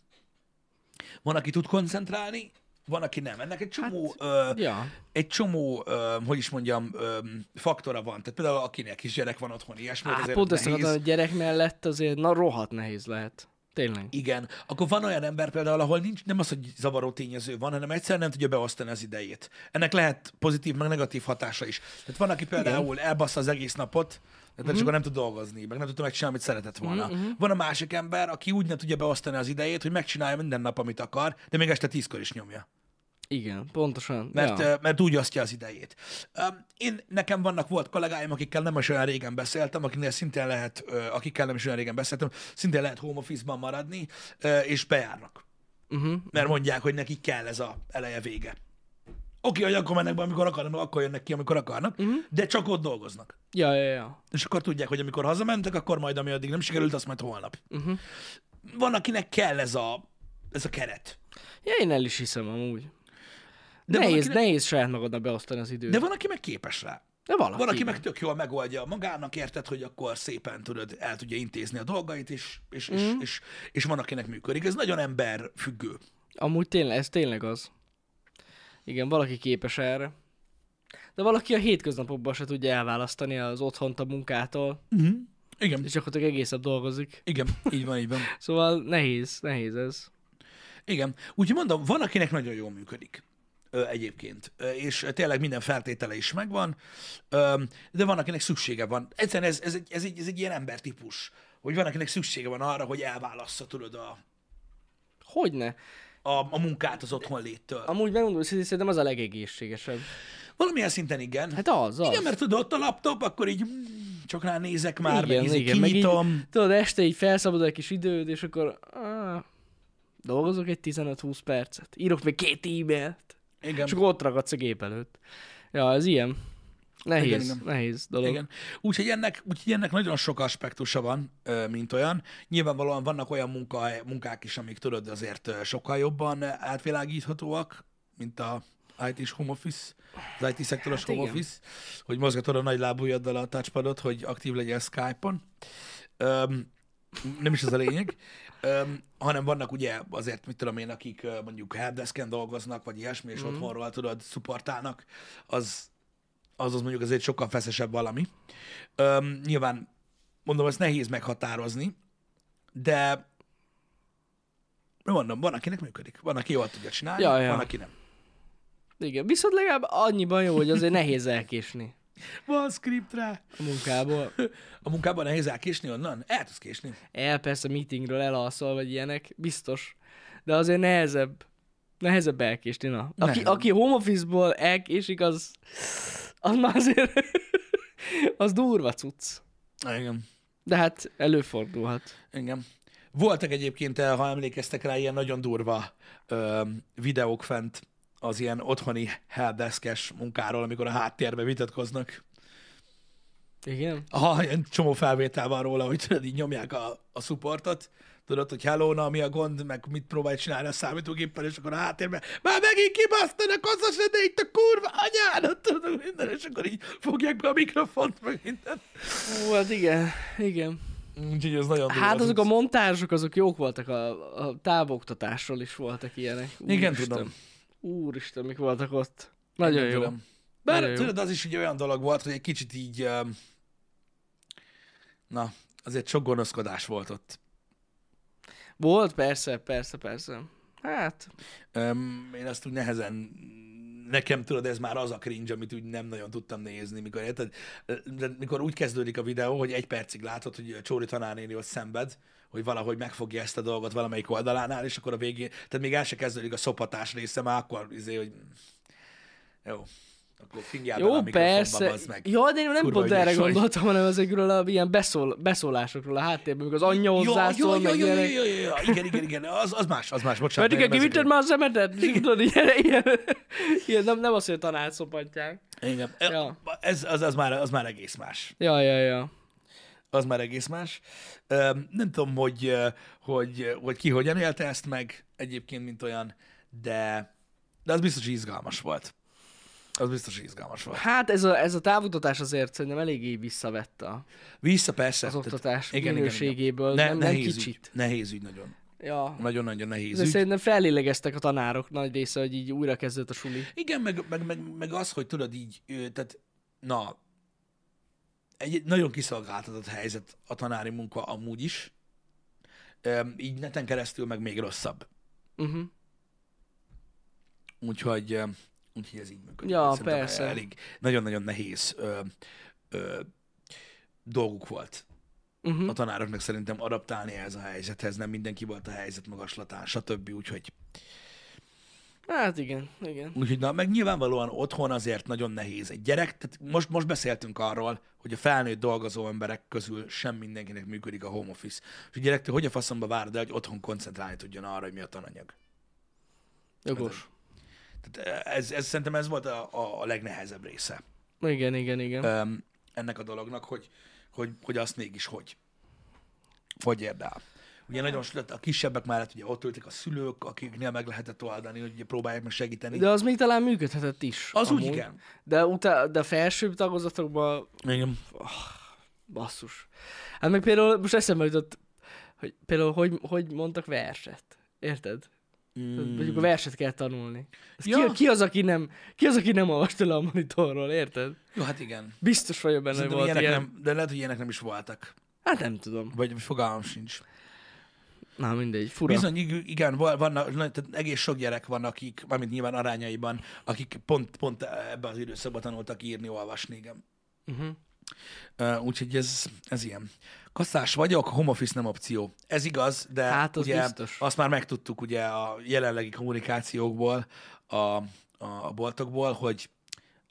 S1: Van, aki tud koncentrálni, van, aki nem. Ennek egy csomó, hát, ö,
S2: ja.
S1: egy csomó ö, hogy is mondjam, ö, faktora van. Tehát például akinek kisgyerek van otthon, ilyesmi,
S2: Hát,
S1: azért
S2: pont ezt
S1: nehéz.
S2: akartam, hogy gyerek mellett azért, na rohadt nehéz lehet. Tényleg.
S1: Igen. Akkor van olyan ember például, ahol nincs, nem az, hogy zavaró tényező van, hanem egyszerűen nem tudja beosztani az idejét. Ennek lehet pozitív, meg negatív hatása is. Tehát van, aki például Igen. elbassza az egész napot, tehát uh-huh. akkor nem tud dolgozni, meg nem tudta megcsinálni, amit szeretett volna. Uh-huh. Van a másik ember, aki úgy nem tudja beosztani az idejét, hogy megcsinálja minden nap, amit akar, de még este tízkor is nyomja
S2: Igen, pontosan.
S1: mert,
S2: ja.
S1: ja. mert úgy osztja az idejét. Öm, Én, nekem vannak, volt kollégáim, akikkel nem is olyan régen beszéltem, akiknél szintén lehet, ö, akikkel nem is olyan régen beszéltem, szintén lehet home office-ban maradni, ö, és bejárnak.
S2: Uh-huh.
S1: mert mondják, hogy nekik kell ez a eleje-vége. Oké, hogy akkor mennek be, amikor akarnak, meg akkor jönnek ki, amikor akarnak, uh-huh. de csak ott dolgoznak.
S2: Ja, ja, ja.
S1: És akkor tudják, hogy amikor hazamentek, akkor majd, ami addig nem sikerült, azt majd holnap. Uh-huh. Van, akinek kell ez a, ez a keret.
S2: Ja, én el is hiszem amúgy.
S1: De
S2: De nehéz,
S1: valakinek-
S2: nehéz saját magadnak beosztani az időt.
S1: De van, aki meg képes rá.
S2: de valaki.
S1: Van, aki meg tök jól megoldja magának, érted, hogy akkor szépen tudod, el tudja intézni a dolgait, és, és, és, és, és van, akinek működik. Ez nagyon emberfüggő.
S2: Amúgy tényleg, ez tényleg az. Igen, valaki képes erre. De valaki a hétköznapokban se tudja elválasztani az otthont a munkától,
S1: Hm. Igen.
S2: és gyakorlatilag egész nap dolgozik.
S1: Igen, így van, így van.
S2: Szóval nehéz, nehéz ez.
S1: Igen. Úgyhogy mondom, van, akinek nagyon jól működik ö, egyébként, Ö, és tényleg minden feltétele is megvan, Ö, de van, akinek szüksége van. Egyszerűen ez, ez, egy, ez, egy, ez egy ilyen embertípus, hogy van, akinek szüksége van arra, hogy elválassza, tudod, a,
S2: Hogyne?
S1: a, a munkát az otthon léttől.
S2: Amúgy megmondom, hogy szerintem az a legegészségesebb.
S1: Valamilyen szinten igen.
S2: Hát az, az.
S1: Igen, mert tudod, ott a laptop, akkor így mm, csak rá nézek már, igen,
S2: Igen,
S1: meg igen,
S2: igen, meg így-
S1: kinyitom.
S2: Tudod, este így felszabadul egy kis időd, és akkor á, dolgozok egy 15-20 percet, írok még két e-mailt,
S1: igen.
S2: és akkor ott ragadsz a gép előtt. Ja, ez ilyen. Nehéz,
S1: Igen,
S2: igen,
S1: igen.
S2: igen. nehéz dolog. Igen.
S1: Igen. Úgyhogy ennek, úgyhogy ennek nagyon sok aspektusa van, ö, mint olyan. Nyilvánvalóan vannak olyan munka, munkák is, amik tudod azért ö, sokkal jobban ö, átvilágíthatóak, mint a IT-s home office, az IT szektoros hát
S2: Hát
S1: home
S2: igen.
S1: office, hogy mozgatod a nagy lábújaddal a touchpadot, hogy aktív legyél Skype-on. Öm, nem is ez a lényeg, Öm, hanem vannak ugye azért, mit tudom én, akik ö, mondjuk helpdesken dolgoznak, vagy ilyesmi, és mm. otthonról tudod, szuportálnak, az, az az mondjuk azért sokkal feszesebb valami. Öm, nyilván, mondom, ezt nehéz meghatározni, de mondom, van, akinek működik. Van, aki jól tudja csinálni, ja,
S2: Ja,
S1: ja.
S2: ja.
S1: van, aki nem.
S2: igen. Viszont legalább annyiban jó, hogy azért nehéz elkésni
S1: Van script rá.
S2: a munkából.
S1: A munkában nehéz elkésni onnan? El tudsz késni.
S2: El persze meetingről elalszol, vagy ilyenek, biztos. De azért nehezebb. Nehezebb elkésni, na. Aki,
S1: Nehezebb.
S2: aki home office-ból elkésik, az, az már azért, [LAUGHS] az durva cucc.
S1: Na, igen.
S2: De hát előfordulhat.
S1: Igen. Voltak egyébként, eh, ha emlékeztek rá, ilyen nagyon durva ö, videók fent az ilyen otthoni helpdeskes munkáról, amikor a háttérbe vitatkoznak.
S2: Igen?
S1: Aha, ilyen csomó felvétel van róla, hogy tudod, így nyomják a, a supportot, tudod, hogy hello, na, mi a gond, meg mit próbálj csinálni a számítógéppel, és akkor a háttérben, már megint kibasztanak, az a de itt a kurva anyádat, tudod, minden, és akkor így fogják be a mikrofont, meg mindent.
S2: Ó, hát igen, igen.
S1: Úgyhogy ez nagyon durva.
S2: Hát
S1: az
S2: azok a
S1: utc.
S2: montázsok, azok jók voltak, a, a távoktatásról is voltak ilyenek.
S1: Igen,
S2: Úristen.
S1: tudom.
S2: Úristen, mik voltak ott. Nagyon
S1: Nem
S2: jó.
S1: tudom. Bár
S2: Nagyon jó.
S1: tudod, az is egy olyan dolog volt, hogy egy kicsit így, öm, na, azért sok gonoszkodás volt ott.
S2: Volt, persze, persze, persze. Hát,
S1: Öm, Én azt úgy nehezen, nekem tudod, ez már az a cringe, amit úgy nem nagyon tudtam nézni, mikor, érted? De mikor úgy kezdődik a videó, hogy egy percig látod, hogy Csóri tanárnéni ott szenved, hogy valahogy megfogja ezt a dolgot valamelyik oldalánál, és akkor a végén, tehát még el se kezdődik a szopatás része, már akkor izé, hogy jó, akkor fingjál bele Hát, a
S2: jó,
S1: mikrofonba,
S2: persze.
S1: bazd meg.
S2: Jó, de én nem
S1: Kurva
S2: pont erre
S1: ügyes vagy.
S2: gondoltam, hanem ezekről a ilyen beszól, beszólásokról a háttérben, amikor az anyja hozzászól,
S1: jó,
S2: meg
S1: jó, jó,
S2: ilyenek.
S1: jó, jó, jó, jó, igen, igen, igen, az, az más, az más, bocsánat.
S2: Pedig
S1: nem
S2: kivitted
S1: ezekről-
S2: már a szemetet, És [LAUGHS] tudod, ilyen, ilyen, ilyen, nem, nem azt, hogy a tanárt szopatják.
S1: Igen,
S2: Ja.
S1: ez, az, az, már, az már egész más.
S2: Ja, ja, ja.
S1: Az már egész más. Öm, Nem tudom, hogy, ö, hogy, hogy ki hogyan élte ezt meg egyébként, mint olyan, de, de az biztos, hogy izgalmas volt. Az biztos, hogy izgalmas volt.
S2: Hát ez a, ez a távutatás azért szerintem eléggé visszavett a,
S1: Vissza persze.
S2: az
S1: tehát-
S2: oktatás minőségéből, nem, nem
S1: nehéz
S2: kicsit.
S1: Ügy, nehéz ügy nagyon.
S2: Ja.
S1: Nagyon-nagyon nehéz
S2: De
S1: ügy.
S2: szerintem fellélegeztek a tanárok nagy része, hogy így újra kezdődött a suli.
S1: Igen, meg, meg, meg, meg az, hogy tudod így, ö, tehát, na, egy nagyon kiszolgáltatott helyzet a tanári munka amúgy is, Öm, így neten keresztül meg még rosszabb.
S2: Uh-huh.
S1: Úgyhogy, öm, úgyhogy ez így működik.
S2: Ja,
S1: Szerintem
S2: persze.
S1: Elég, nagyon-nagyon nehéz ö, ö, dolguk volt
S2: Uh-huh.
S1: a tanároknak szerintem adaptálni ehhez a helyzethez, nem mindenki volt a helyzet magaslatán, stb. Úgyhogy
S2: Hát igen, igen.
S1: Úgyhogy na, meg nyilvánvalóan otthon azért nagyon nehéz egy gyerek. Tehát most, most beszéltünk arról, hogy a felnőtt dolgozó emberek közül sem mindenkinek működik a home office. És a gyerektől hogy a faszomba várod el, hogy otthon koncentrálni tudjon arra, hogy mi a tananyag?
S2: Jogos.
S1: Tehát ez, ez szerintem ez volt a, a, a legnehezebb része
S2: Igen, igen, igen.
S1: öm, ennek a dolognak, hogy, hogy, hogy azt mégis hogy. Hogy érd el. Ugye nagyon sokat a kisebbek mellett ugye ott ültek a szülők, akiknél meg lehetett oldani, hogy ugye próbálják meg segíteni.
S2: De az még talán működhetett is.
S1: Az úgy igen.
S2: De, utá, de a felsőbb tagozatokban
S1: Igen.
S2: basszus. Hát meg például most eszembe jutott, hogy például hogy, hogy mondtak verset. Érted? Mm. Mondjuk a verset kell tanulni. Ez
S1: Ja.
S2: ki, ki, az, aki nem, ki az, aki nem olvast el a monitorról, érted?
S1: Jó, hát igen.
S2: Biztos vagyok benne, hogy
S1: Szerintem
S2: volt
S1: ilyenek
S2: ilyen.
S1: nem, de lehet, hogy ilyenek nem is voltak.
S2: Hát nem tudom.
S1: Vagy fogalmam sincs.
S2: Na mindegy, fura.
S1: Bizony, ig- igen, val- vannak, na- tehát egész sok gyerek van, akik, mármint nyilván arányaiban, akik pont, pont ebben az időszakban tanultak írni, olvasni, igen.
S2: Uh-huh.
S1: Ö, Úgyhogy ez, ez ilyen. Kaszás vagyok, home office nem opció. Ez igaz, de
S2: Hát, az
S1: ugye
S2: biztos.
S1: azt már megtudtuk ugye a jelenlegi kommunikációkból, a, a, a boltokból, hogy,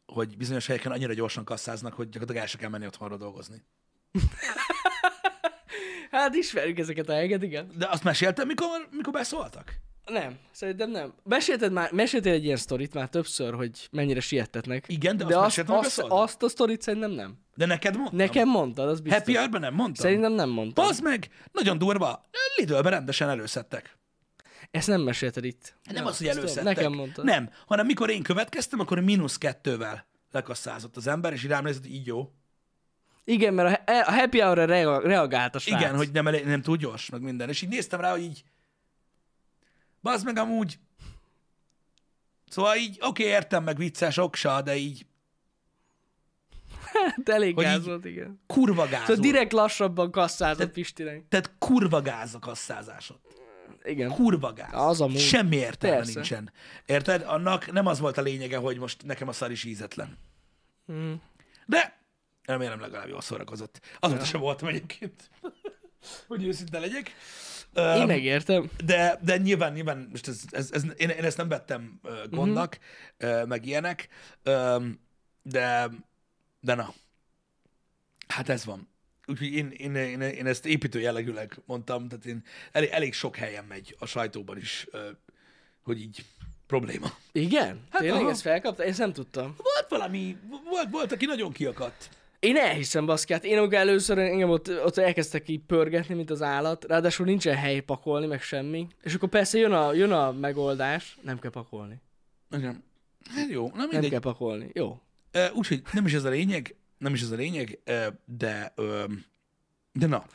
S1: hogy bizonyos helyeken annyira gyorsan kasszáznak, hogy gyakorlatilag el se kell menni otthonra dolgozni.
S2: Hát ismerjük ezeket a helyeket, igen.
S1: De azt meséltem, mikor, mikor beszóltak?
S2: Nem, szerintem nem. Mesélted már, meséltél egy ilyen sztorit már többször, hogy mennyire siettetnek.
S1: Igen, de azt
S2: azt,
S1: meséltem, hogy
S2: azt,
S1: beszóltam.
S2: azt a sztorit szerintem nem.
S1: De neked mondtam.
S2: Nekem mondtad, az biztos.
S1: Happy hour nem mondtam?
S2: Szerintem nem mondtad.
S1: Bazd meg, nagyon durva, Lidlben rendesen előszedtek.
S2: Ezt nem mesélted itt.
S1: Nem
S2: Na,
S1: az, hogy
S2: ezt
S1: előszedtek.
S2: Nekem mondtad.
S1: Nem, hanem mikor én következtem, akkor mínusz kettővel lekasszázott az ember, és így rám nézett, hogy így jó.
S2: Igen, mert a, he- e- a happy hour-ra rea- reagált a srác.
S1: Igen, hogy nem, elég, nem túl gyors, meg minden. És így néztem rá, hogy így, bazd meg amúgy. Szóval így, oké, okay, értem meg vicces, oksa, de így
S2: [LAUGHS] Hát elég
S1: hogy
S2: gáz
S1: így-
S2: volt, igen.
S1: kurva gáz.
S2: Szóval
S1: volt.
S2: direkt lassabban kasszázott
S1: Tehát-
S2: Pistinek.
S1: Tehát kurva gáz a kasszázásod.
S2: Igen.
S1: Kurva gáz.
S2: Az amúgy.
S1: Semmi értelme
S2: Persze.
S1: nincsen. Érted? Annak nem az volt a lényege, hogy most nekem a szar is ízetlen.
S2: Mm.
S1: De remélem legalább jól szórakozott. Azóta sem voltam egyébként, [LAUGHS] hogy őszinte legyek.
S2: Én
S1: Öm,
S2: megértem.
S1: de, de nyilván, nyilván most ez, ez, ez, én, én ezt nem vettem ö, gondnak, uh-huh. meg ilyenek, ö, de, de na, hát ez van. Úgyhogy én, én, én, én ezt építő jellegűleg mondtam, tehát én elég, elég sok helyen megy a sajtóban is, ö, hogy így probléma.
S2: Igen? Hát Tényleg
S1: aha.
S2: ezt felkapta? Ezt nem tudtam.
S1: Volt valami, volt, volt aki nagyon kiakadt.
S2: Én elhiszem, baszkát. Én amikor először engem ott, ott elkezdtek így pörgetni, mint az állat, ráadásul nincsen hely pakolni, meg semmi. És akkor persze jön a, jön a megoldás, nem kell pakolni.
S1: Igen. Hát jó, na
S2: Nem
S1: mindegy.
S2: kell pakolni. Jó.
S1: Ö, Úgyhogy nem is ez a lényeg, nem is ez a lényeg, ö, de ö, de na,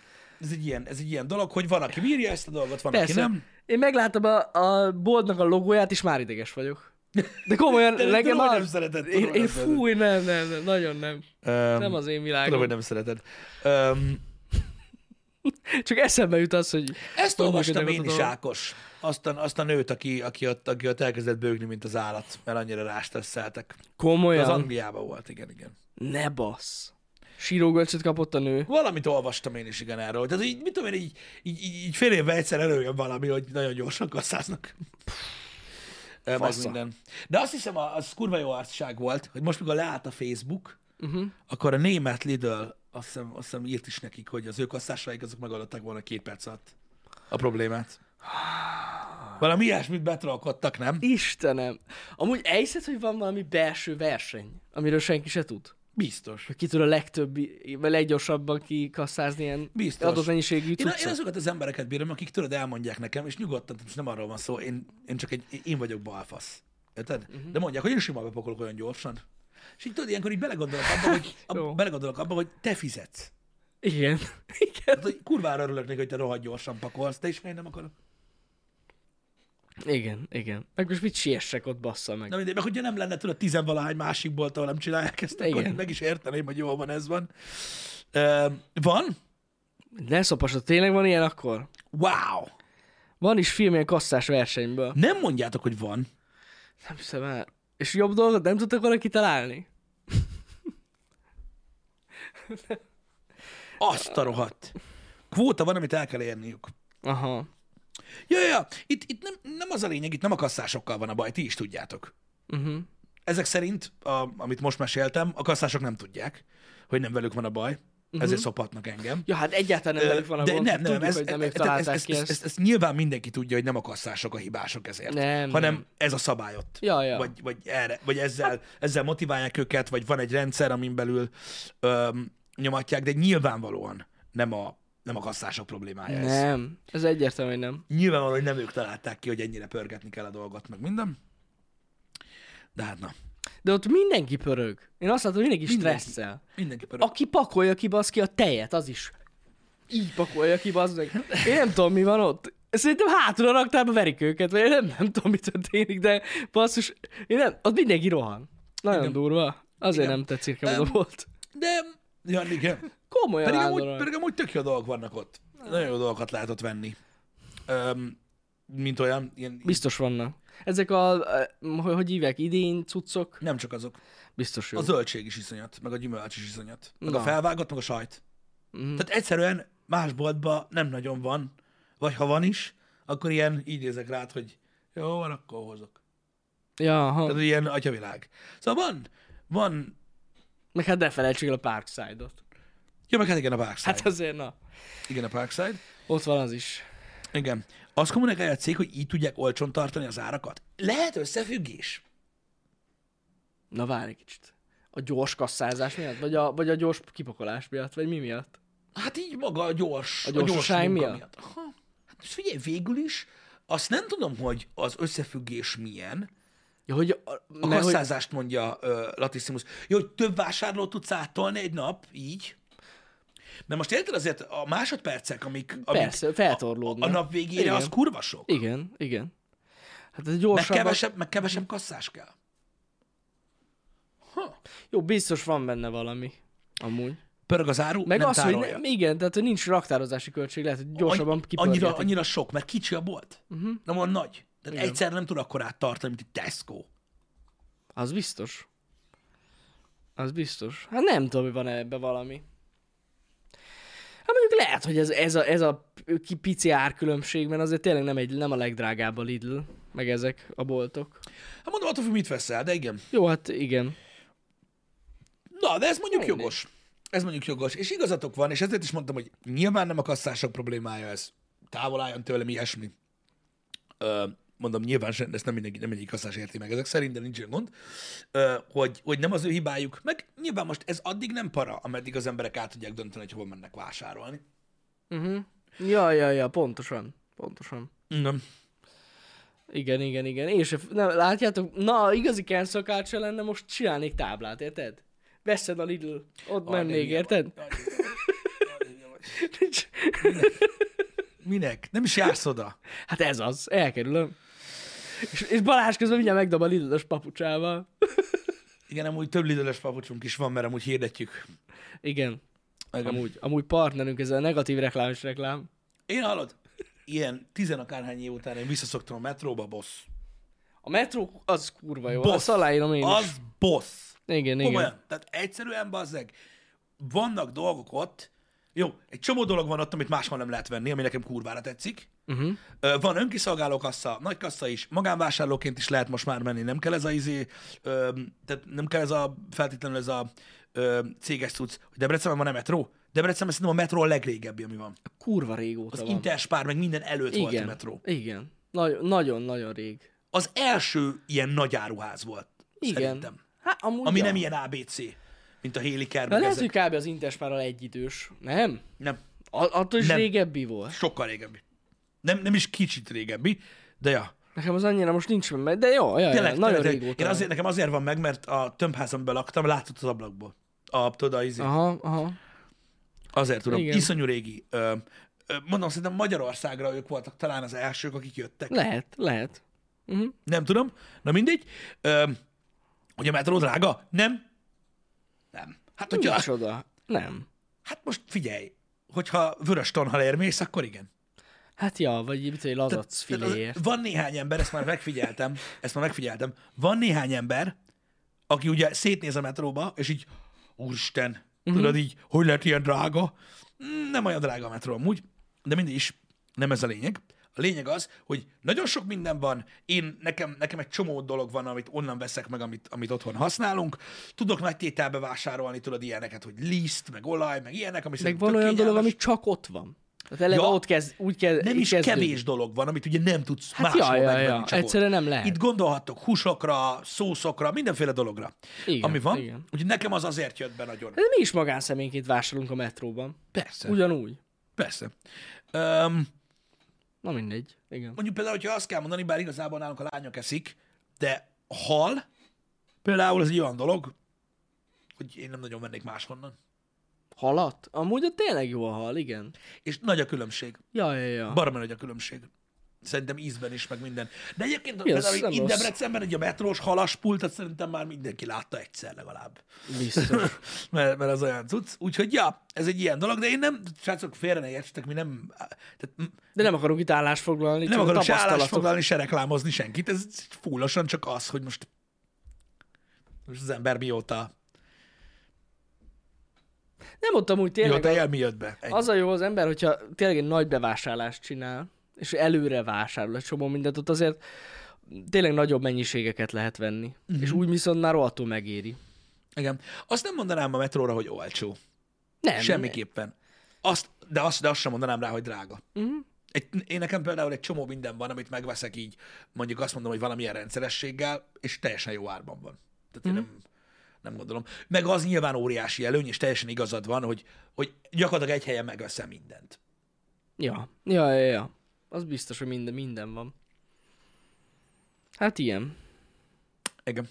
S1: ez egy ilyen, ez egy ilyen dolog, hogy van, aki bírja ezt a dolgot, van,
S2: Persze.
S1: aki nem.
S2: Én megláttam a, a boltnak a logóját, és már ideges vagyok. De
S1: [LAUGHS]
S2: komolyan,
S1: De- de
S2: nekem
S1: tudom, hogy
S2: az...
S1: nem szereted, tudom,
S2: én,
S1: hogy
S2: én
S1: nem szereted.
S2: fúj, nem, nem, nem, nagyon nem.
S1: Öm,
S2: Nem az én
S1: Tudom,
S2: világom.
S1: hogy nem szereted. Öm,
S2: Csak eszembe jut az, hogy...
S1: ezt
S2: Tudom,
S1: olvastam
S2: hogy
S1: én
S2: nem
S1: is,
S2: tudom.
S1: Ákos. Azt a, azt a nőt, aki, aki, ott, aki ott elkezdett bőgni, mint az állat, mert annyira rástresszeltek. Az
S2: Komolyan.
S1: Angliában volt, igen, igen.
S2: Ne bassz. Sírógölcsöt kapott a nő.
S1: Valamit olvastam én is, igen, erről. Tehát így, mit tudom én, így, így, így így fél évben egyszer előjön valami, hogy nagyon gyorsan kasszáznak. Ö, Meg
S2: Fasza.
S1: minden. De azt hiszem, a- az kurva jó arcság volt, hogy most, mikor leállt a Facebook, uh-huh. akkor a német Lidl azt hiszem, azt hiszem írt is nekik, hogy az ő kasszásaik azok megoldották volna két perc alatt a problémát. Valami ilyesmit betralkodtak, nem?
S2: Istenem. Amúgy elhiszed, hogy van valami belső verseny, amiről senki se tud?
S1: Biztos.
S2: Hogy ki tud a legtöbb, vagy leggyorsabban kikasszázni ilyen
S1: Biztos.
S2: adott mennyiségű
S1: Én, én
S2: cuccot.
S1: azokat az embereket bírom, akik tudod, elmondják nekem, és nyugodtan, tehát most nem arról van szó, én, én csak egy, én vagyok balfasz. Érted? Uh-huh.
S2: Mhm.
S1: De mondják, hogy én simán bepakolok olyan gyorsan. És így tudod, ilyenkor így belegondolok abba, hogy, abba,
S2: [LAUGHS] Jó.
S1: belegondolok abba, hogy te fizetsz.
S2: Igen. [LAUGHS] Igen.
S1: Tehát, hogy kurvára örülök neki, hogy te rohadt gyorsan pakolsz, te is miért nem akarod?
S2: Igen, igen. Meg most mit siessek ott, bassza meg.
S1: Na mindegy, meg hogyha nem lenne tudod tizenvalahány másik bolt, ahol nem csinálják ezt, akkor
S2: Igen.
S1: én meg is érteném, hogy jól van, ez van. Uh, van?
S2: Ne szopasod, tényleg van ilyen akkor?
S1: Wow!
S2: Van is film ilyen kasszás versenyből.
S1: Nem mondjátok, hogy van.
S2: Nem hiszem el. És jobb dolgot nem tudtak volna kitalálni?
S1: Azt a rohadt. Kvóta van, amit el kell érniük.
S2: Aha.
S1: Ja, ja, ja, itt, itt nem, nem az a lényeg, itt nem a kasszásokkal van a baj, ti is tudjátok.
S2: Uh-huh.
S1: Ezek szerint, a, amit most meséltem, a kasszások nem tudják, hogy nem velük van a baj, uh-huh. ezért szopatnak engem.
S2: Ja, hát egyáltalán nem Mhm. velük van a
S1: De
S2: gond.
S1: nem, nem,
S2: Tudjuk,
S1: ez,
S2: hogy nem ők
S1: ez, ez,
S2: találták
S1: ez,
S2: ki ezt.
S1: ez, ez, ez nyilván mindenki tudja, hogy nem a kasszások a hibások ezért,
S2: Nem,
S1: hanem
S2: nem.
S1: ez a szabály ott.
S2: Ja, ja.
S1: Vagy, vagy, erre, vagy ezzel, ezzel motiválják őket, vagy van egy rendszer, amin belül öm, nyomatják, de nyilvánvalóan nem a, nem a kasszások problémája ez.
S2: Nem, ez egyértelmű, hogy nem.
S1: Nyilvánvalóan, hogy nem ők találták ki, hogy ennyire pörgetni kell a dolgot, meg minden. De hát na,
S2: De ott mindenki pörög. Én azt látom, hogy mindenki
S1: Mindenki.
S2: stresszel.
S1: mindenki pörög.
S2: Aki pakolja ki, baszki, a tejet, az is így pakolja ki, bazd meg. Én nem tudom, mi van ott. Szerintem hátul a raktárba verik őket, vagy én nem, nem tudom, mi történik, de basszus, én nem, ott mindenki rohan. Nagyon
S1: Igen.
S2: durva. Azért
S1: Igen.
S2: nem tetszik nekem az
S1: Em,
S2: a volt.
S1: De, ja, igen.
S2: Komolyan
S1: Pedig amúgy,
S2: állandóan.
S1: pedig amúgy tök jó dolgok vannak ott. Nagyon jó dolgokat lehet ott venni. Öm, mint olyan, ilyen,
S2: Biztos vannak. Ezek a, eh, hogy hogy hívják, idén cuccok,
S1: nem csak azok.
S2: biztos jó.
S1: A zöldség is iszonyat, meg a gyümölcs is iszonyat. Meg a
S2: Na.
S1: felvágott, meg a sajt.
S2: Mhm.
S1: Tehát egyszerűen más boltban nem nagyon van, vagy ha van is, akkor ilyen így nézek rád, hogy jó, van, akkor hozok.
S2: Ja, aha.
S1: Tehát ilyen atyavilág. Szóval van, van,
S2: Meg hát ne felejtsük el a Parkside-ot.
S1: ja, meg hát igen, a Parkside.
S2: Hát
S1: Hát,
S2: azért, na.
S1: igen, a Parkside.
S2: Ott van az is.
S1: Igen. Azt kommunikálja a cég, hogy így tudják olcsón tartani az árakat? Lehet összefüggés.
S2: Na várj egy kicsit. A gyors kasszázás miatt? Vagy a, vagy a gyors kipakolás miatt? Vagy mi miatt?
S1: Hát így maga a gyors,
S2: A gyorsaság
S1: munka
S2: miatt?
S1: Aha. Hát most figyelj, végül is, azt nem tudom, hogy az összefüggés milyen.
S2: Ja, hogy... A,
S1: A
S2: mert, hogy
S1: kasszázást mondja uh, Latissimus. Jó, hogy több vásárlót tudsz áttolni egy nap, így. Mert most érted azért a másodpercek, amik, amik
S2: persze, feltorlódnak.
S1: a nap végére
S2: Igen.
S1: az kurva sok.
S2: Igen, igen. Hát ez
S1: Meg
S2: gyorsabb...
S1: kevesebb, meg kevesebb kasszás kell. Ha.
S2: Jó, biztos van benne valami. Amúgy.
S1: Pörög az áru,
S2: Meg
S1: nem
S2: az, hogy
S1: tárolja.
S2: nem, igen, tehát hogy nincs raktározási költség, lehet, hogy gyorsabban
S1: Annyi- annyira,
S2: kipörgetik.
S1: annyira sok, mert kicsi a bolt. Uh-huh. Nem olyan nagy. Tehát
S2: Igen.
S1: egyszer nem tud akkor áttartani, mint egy Tesco.
S2: Az biztos. Az biztos. Hát nem tudom, hogy van ebbe valami. Hát mondjuk lehet, hogy ez, ez a, ez a ki- pici árkülönbség, mert azért tényleg nem, egy, nem a legdrágább a Lidl, meg ezek a boltok.
S1: Hát mondom, attól függ, mit veszel, de igen.
S2: Jó, hát igen.
S1: Na, de ez mondjuk
S2: Mindegy.
S1: jogos. Ez mondjuk jogos. És igazatok van, és ezért is mondtam, hogy nyilván nem a kasszások problémája ez. Távol álljon tőlem ilyesmi. Ö, mondom, nyilván sem, ezt nem mindenki, nem egyik kasszás érti meg ezek szerint, de nincs ilyen gond, Ö, hogy, hogy nem az ő hibájuk. Meg nyilván most ez addig nem para, ameddig az emberek át tudják dönteni, hogy hova mennek vásárolni.
S2: Uh-huh. Ja, ja, ja, pontosan. Pontosan.
S1: Nem.
S2: Igen, igen, igen. Én se, nem, látjátok, na, igazi cancel culture lenne, most csinálnék táblát, érted? Veszed a Lidl, ott mennék, érted? [LAUGHS] Nincs-
S1: Minek? Nem is jársz oda.
S2: Hát ez az, elkerülöm. És, és Balázs közben mindjárt megdob a lidlös papucsával.
S1: Igen, amúgy több lidölös papucsunk is van, mert amúgy hirdetjük.
S2: Igen,
S1: Meg amúgy.
S2: amúgy, amúgy partnerünk, ez a negatív reklám és reklám.
S1: Én hallod, ilyen tizen akárhány év után én visszaszoktam a metróba, boss.
S2: A metró az kurva jó,
S1: Boss.
S2: azt aláírom én is.
S1: Az boss.
S2: Igen, igen.
S1: Komolyan. Tehát egyszerűen, bazzeg, vannak dolgok ott, jó, egy csomó dolog van ott, amit máshol nem lehet venni, ami nekem kurvára tetszik.
S2: Uh-huh.
S1: Ö, Van önkiszolgáló kassa, nagy kassa is, magánvásárlóként is lehet most már menni, nem kell ez a izé, ö, tehát nem kell ez a feltétlenül ez a ö, céges cucc, hogy Debrecenben van-e metró? Debrecenben szerintem a metró a legrégebbi, ami van.
S2: Kurva régóta
S1: Az
S2: van.
S1: Interspár, meg minden előtt volt a
S2: igen,
S1: metró.
S2: igen. Nagy- Nagyon-nagyon rég.
S1: Az első ilyen nagy áruház volt,
S2: Igen.
S1: szerintem.
S2: Hát amúgy
S1: Ami
S2: ja.
S1: nem ilyen ABC, mint a Héliker,
S2: Na,
S1: meg
S2: lehet,
S1: ezek.
S2: hogy kb. az Interspárral egy idős. Nem?
S1: Nem,
S2: A- attól is
S1: Nem.
S2: régebbi volt.
S1: sokkal régebbi. Nem, nem is kicsit régebbi, de ja.
S2: Nekem az annyira most nincs meg, de jó, jaj,
S1: Tényleg,
S2: jaj, nagyon
S1: tényleg,
S2: régóta.
S1: Én
S2: van.
S1: azért, nekem azért van meg, mert a tömbházamban laktam, látszott az ablakból. A, tudod, a izé.
S2: Aha, aha.
S1: Azért tudom, Igen.
S2: Igen.
S1: iszonyú régi. Ö, ö, mondom, szerintem Magyarországra ők voltak talán az elsők, akik jöttek. Le.
S2: Lehet, lehet. Uh-huh.
S1: Nem tudom. Na mindegy. Ö, hogy a metró drága? Nem. Nem. Hát, hogyha,
S2: Micsoda? Nem.
S1: hát most figyelj, hogyha vörös tonhal érmész, akkor igen.
S2: Hát ja, vagy mit egy lazac
S1: Tehát az-
S2: filéért.
S1: Van néhány ember, ezt már megfigyeltem, ezt már megfigyeltem, van néhány ember, aki ugye szétnéz a metróba, és így, úristen,
S2: Mhm.
S1: uh-huh. tudod így, hogy lehet ilyen drága? Mm, Nem olyan drága a metró amúgy, de mindig is, nem ez a lényeg. A lényeg az, hogy nagyon sok minden van, én, nekem, nekem egy csomó dolog van, amit onnan veszek meg, amit, amit otthon használunk. Tudok nagy tételbe vásárolni, tudod, ilyeneket, hogy liszt, meg olaj, meg ilyenek, ami
S2: Meg
S1: szerintem
S2: van
S1: tök
S2: olyan dolog,
S1: kényelmes.
S2: ami csak ott van. Tehát eleve
S1: Ja.
S2: ja, ott kezd, úgy kezd,
S1: Nem
S2: így
S1: is
S2: kezdődik.
S1: kevés dolog van, amit ugye nem tudsz
S2: Hát
S1: máshol
S2: ja, ja,
S1: megvenni,
S2: ja.
S1: csak ott.
S2: Egyszerűen nem lehet.
S1: Itt gondolhattok húsokra, szószokra, mindenféle dologra,
S2: Igen,
S1: ami van.
S2: igen.
S1: Úgyhogy nekem az azért jött be nagyon.
S2: De mi is magánszemélyként vásárolunk a metróban.
S1: Persze. Ugyan...
S2: Ugyanúgy.
S1: Persze. Um,
S2: Na mindegy. Igen.
S1: mondjuk például, hogyha azt kell mondani, bár igazából nálunk a lányok eszik, de a hal például ez egy olyan dolog, hogy én nem nagyon vennék máshonnan.
S2: Halat? Amúgy ott tényleg jó a hal, igen.
S1: És nagy a különbség.
S2: Ja, ja, ja.
S1: Baromi nagy a különbség. Szerintem ízben is, meg minden. De egyébként
S2: Mi az?
S1: például
S2: Nem
S1: itt
S2: rossz.
S1: Debrecenben egy a metrós halaspultat szerintem már mindenki látta egyszer
S2: [LAUGHS]
S1: legalább.
S2: Biztos.
S1: mert, mert az olyan cucc. Úgyhogy, ja, ez egy ilyen dolog, de én nem, srácok, félre ne értsetek, mi nem, tehát m-
S2: De nem akarok itt állást foglalni,
S1: nem
S2: csak a
S1: akarok se
S2: tapasztalatok.
S1: állást foglalni, se reklámozni senkit, ez fullosan csak az, hogy most, most az ember mióta,
S2: Nem mondtam úgy tényleg.
S1: mióta
S2: a-
S1: él, mi jött be. Ennyi.
S2: Az a jó az ember, hogyha tényleg egy nagy bevásárlást csinál, és előre vásárol egy csomó mindent, ott azért tényleg nagyobb mennyiségeket lehet venni. Mm-hmm. És
S1: Mhm.
S2: úgy viszont már rohadtul megéri.
S1: Igen. Azt nem mondanám a metróra, hogy olcsó.
S2: Nem.
S1: Semmiképpen. Azt, de, azt, de azt sem mondanám rá, hogy drága.
S2: Mhm.
S1: Egy, én nekem például egy csomó minden van, amit megveszek így, mondjuk azt mondom, hogy valamilyen rendszerességgel, és teljesen jó árban van. Tehát én nem, nem gondolom. Meg az nyilván óriási előny, és teljesen igazad van, hogy, hogy gyakorlatilag egy helyen megveszem mindent.
S2: Ja. ja, ja, ja. Az biztos, hogy minden, minden van. Hát ilyen.
S1: Igen.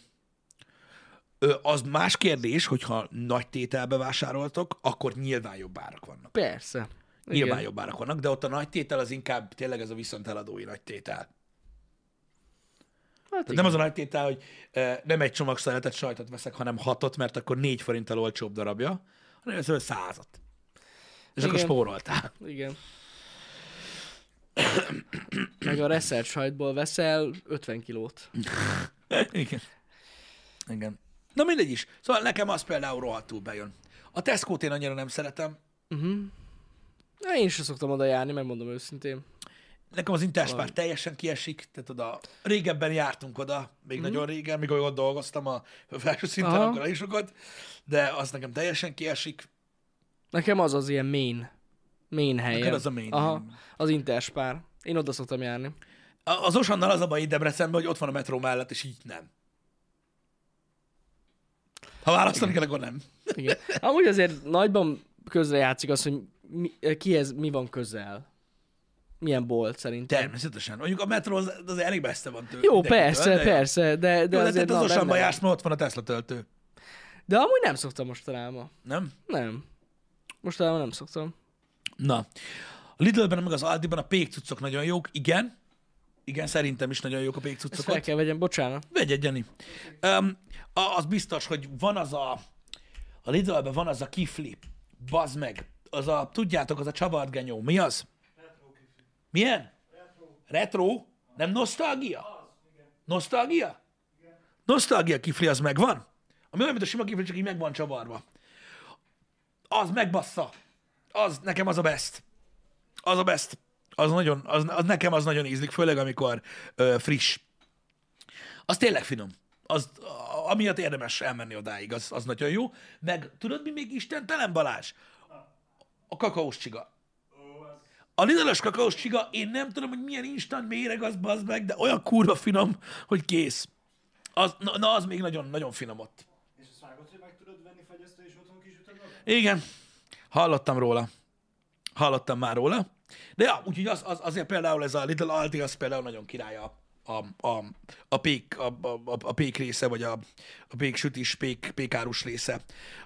S1: Ö, az más kérdés, hogyha nagy tételbe vásároltok, akkor nyilván jobb árak vannak.
S2: Persze.
S1: Nyilván jobb árak vannak, de ott a nagy tétel az inkább tényleg ez a viszonteladói nagy tétel.
S2: Hát
S1: Tehát nem az a nagy tétel, hogy ö, nem egy csomag szeretett sajtot veszek, hanem hatot, mert akkor négy forinttal olcsóbb darabja, hanem ez olyan százat. És akkor
S2: Igen.
S1: spóroltál.
S2: Igen. Meg a reszert sajtból veszel 50 kilót.
S1: [LAUGHS] Igen. Igen. Na mindegy is. Szóval nekem az például rohadtul bejön. A tesco én annyira nem szeretem.
S2: Mhm. Na, én sem szoktam oda járni, megmondom őszintén.
S1: Nekem az interspár teljesen kiesik, tehát oda régebben jártunk oda, még mm. nagyon régen, mikor ott dolgoztam a felső szinten, Aha.
S2: Aha.
S1: akkor is sokat, de az nekem teljesen kiesik.
S2: Nekem az az ilyen main. Main helyem.
S1: Neked az a main
S2: Aha,
S1: helyem.
S2: az interspár. Én oda szoktam járni.
S1: A- Az Osannal az a baj itt Debrecenben, hogy ott van a metró mellett, és így nem. Ha választani kell, akkor nem.
S2: Igen. Amúgy azért nagyban közre játszik az, hogy mi, kihez mi van közel. Milyen bolt szerintem.
S1: Természetesen. Mondjuk a metró az, az elég messze van tőle.
S2: Jó, persze,
S1: de,
S2: persze, de,
S1: De,
S2: de
S1: de
S2: azért
S1: tehát az
S2: van
S1: Osanba
S2: benne.
S1: jársz, mert ott van a Tesla töltő.
S2: De amúgy nem szoktam mostanában.
S1: Nem?
S2: Nem. Mostanában nem szoktam.
S1: Na. A Lidlben, meg az Aldiban a pékcuccok nagyon jók. Igen. Igen, szerintem is nagyon jók a
S2: Ezt fel
S1: pékcuccok.
S2: kell vegyem, bocsánat.
S1: Vegyed, Jani. Um, az biztos, hogy van az a... A Lidlben van az a kifli. Bazd meg. Az a, tudjátok, az a csavart genyó. Mi az? Milyen? Retro. Retro? Nem nosztalgia? Nosztalgia? Nosztalgia kifli az megvan? Ami olyan, mint a sima kifli, csak így meg van csavarva. Az megbassza. Az, nekem az a best. Az a best. Az nagyon, az, az nekem az nagyon ízlik, főleg amikor ö, friss az tényleg finom. Az, a- amiatt érdemes elmenni odáig, az, az nagyon jó. Meg tudod, mi még istentelen, Balázs? A kakaós csiga. A lidl kakaós csiga, én nem tudom, hogy milyen instant méreg az, bazd meg, de olyan kurva finom, hogy kész. Az, na, na, az még nagyon, nagyon finom ott.
S3: És a szágot, hogy meg tudod venni fagyasztó és otthon kisütöd magad?
S1: Igen, hallottam róla. Hallottam már róla. De ja, úgyhogy az, az, azért például ez a Little Aldi, az például nagyon király a, a, a, a, pék, a, a, a, a pék része, vagy a, a pék sütis, pék, pékárus része.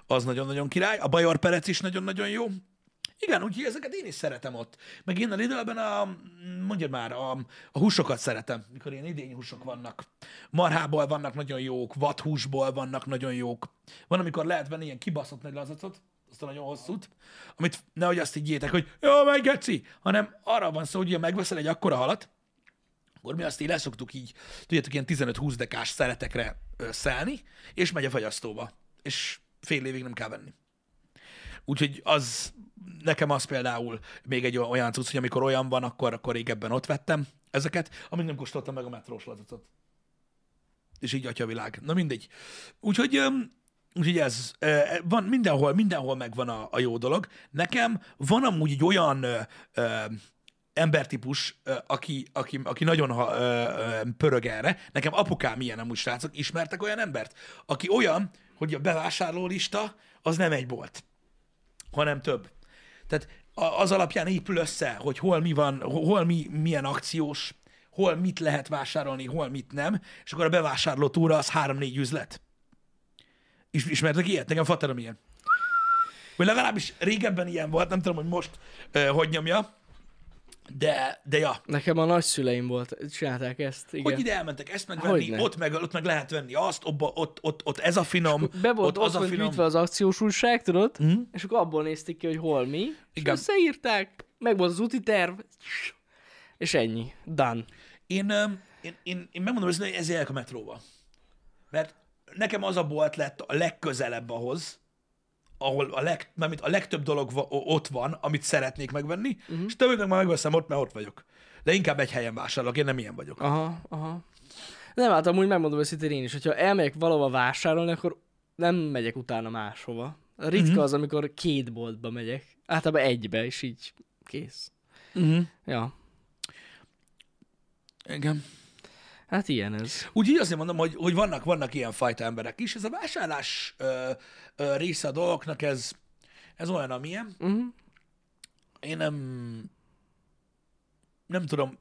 S1: Az nagyon-nagyon király. A Bajor Perec is nagyon-nagyon jó. Igen, úgyhogy ezeket én is szeretem ott. Meg én a Lidlben a, mondjad már, a, a húsokat szeretem, mikor ilyen idény húsok vannak. Marhából vannak nagyon jók, vadhúsból vannak nagyon jók. Van, amikor lehet venni ilyen kibaszott nagy lazacot, azt a nagyon hosszút, amit nehogy azt így jétek, hogy jó, meg geci, hanem arra van szó, hogy ha megveszel egy akkora halat, akkor mi azt így leszoktuk így, tudjátok, ilyen 15-20 dekás szeretekre ö, szelni, és megy a fagyasztóba, és fél évig nem kell venni. Úgyhogy az, nekem az például még egy olyan cucc, hogy amikor olyan van, akkor, akkor régebben ott vettem ezeket, amíg nem kóstoltam meg a metrós lazacot. És így atyavilág. Na mindegy. Úgyhogy, öm, úgyhogy ez, ö, van mindenhol, mindenhol megvan a, a jó dolog. Nekem van amúgy egy olyan ö, ö, embertípus, ö, aki, aki, aki nagyon ha- ö, ö, pörög erre. Nekem apukám ilyen amúgy, srácok. Ismertek olyan embert? Aki olyan, hogy a bevásárlólista az nem egy bolt hanem több. Tehát a- az alapján épül össze, hogy hol mi van, ho- hol mi, milyen akciós, hol mit lehet vásárolni, hol mit nem, és akkor a bevásárló túra az 3-4 üzlet. Is, ismertek ilyet? Nekem faterom ilyen. Vagy legalábbis régebben ilyen volt, nem tudom, hogy most uh, hogy nyomja, de, de ja.
S2: Nekem a nagyszüleim volt, csinálták ezt, igen.
S1: Hogy ide elmentek ezt megvenni,
S2: Hogyne.
S1: ott meg, ott meg lehet venni azt, obba, ott, ott, ott ez a finom,
S2: Be volt
S1: ott az a
S2: ott
S1: finom. Mhm.
S2: ütve az akciós újság, tudod? Mm. És akkor abból nézték ki, hogy hol mi. És
S1: Igen.
S2: összeírták, meg volt az úti terv, és ennyi. Done.
S1: Én, öm, én, én, én megmondom őszintén, hogy ezért járok a metróba. Mert nekem az a bolt lett a legközelebb ahhoz, ahol a, leg, mármint a legtöbb dolog va, o- ott van, amit szeretnék megvenni, uh-huh. és többet meg már megveszem ott, mert ott vagyok. De inkább egy helyen vásárolok, én nem ilyen vagyok.
S2: Aha, aha. Nem, hát amúgy megmondom őszintén én is, hogyha elmegyek valahova vásárolni, akkor nem megyek utána máshova. Ritka az, amikor két boltba megyek. Általában egybe, és így kész.
S1: Uh-huh.
S2: Ja,
S1: Igen.
S2: hát ilyen ez.
S1: Úgyhogy azért mondom, hogy, hogy vannak, vannak ilyen fajta emberek is. Ez a vásárlás ö, ö, része a dolgoknak, ez, ez olyan, amilyen.
S2: Uh-huh.
S1: én nem, nem tudom,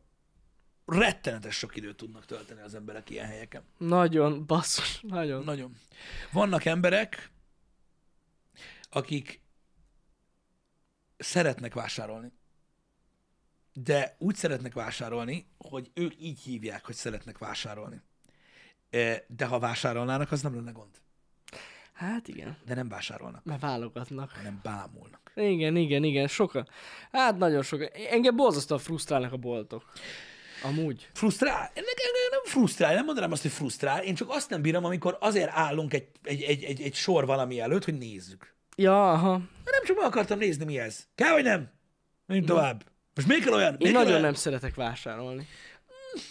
S1: rettenetes sok időt tudnak tölteni az emberek ilyen helyeken.
S2: Nagyon, basszus, nagyon.
S1: Nagyon. Vannak emberek, akik szeretnek vásárolni, de úgy szeretnek vásárolni, hogy ők így hívják, hogy szeretnek vásárolni. Ö, De ha vásárolnának, az nem lenne gond.
S2: Hát igen,
S1: De nem vásárolnak,
S2: mert válogatnak.
S1: hanem bámulnak.
S2: Igen, igen, igen, sokan. Hát nagyon sokan. Engem borzasztóan frusztrálnak a boltok. Amúgy.
S1: Frusztrál? Ennek engem nem frusztrál, nem mondanám azt, hogy frusztrál, én csak azt nem bírom, amikor azért állunk egy, egy, egy, egy, egy sor valami előtt, hogy nézzük.
S2: Ja, aha.
S1: Na, nem csak meg akartam nézni, mi ez. Kell, vagy nem? Menjünk tovább. Most miért kell olyan?
S2: Én
S1: Miért kell
S2: nagyon
S1: olyan?
S2: nem szeretek vásárolni.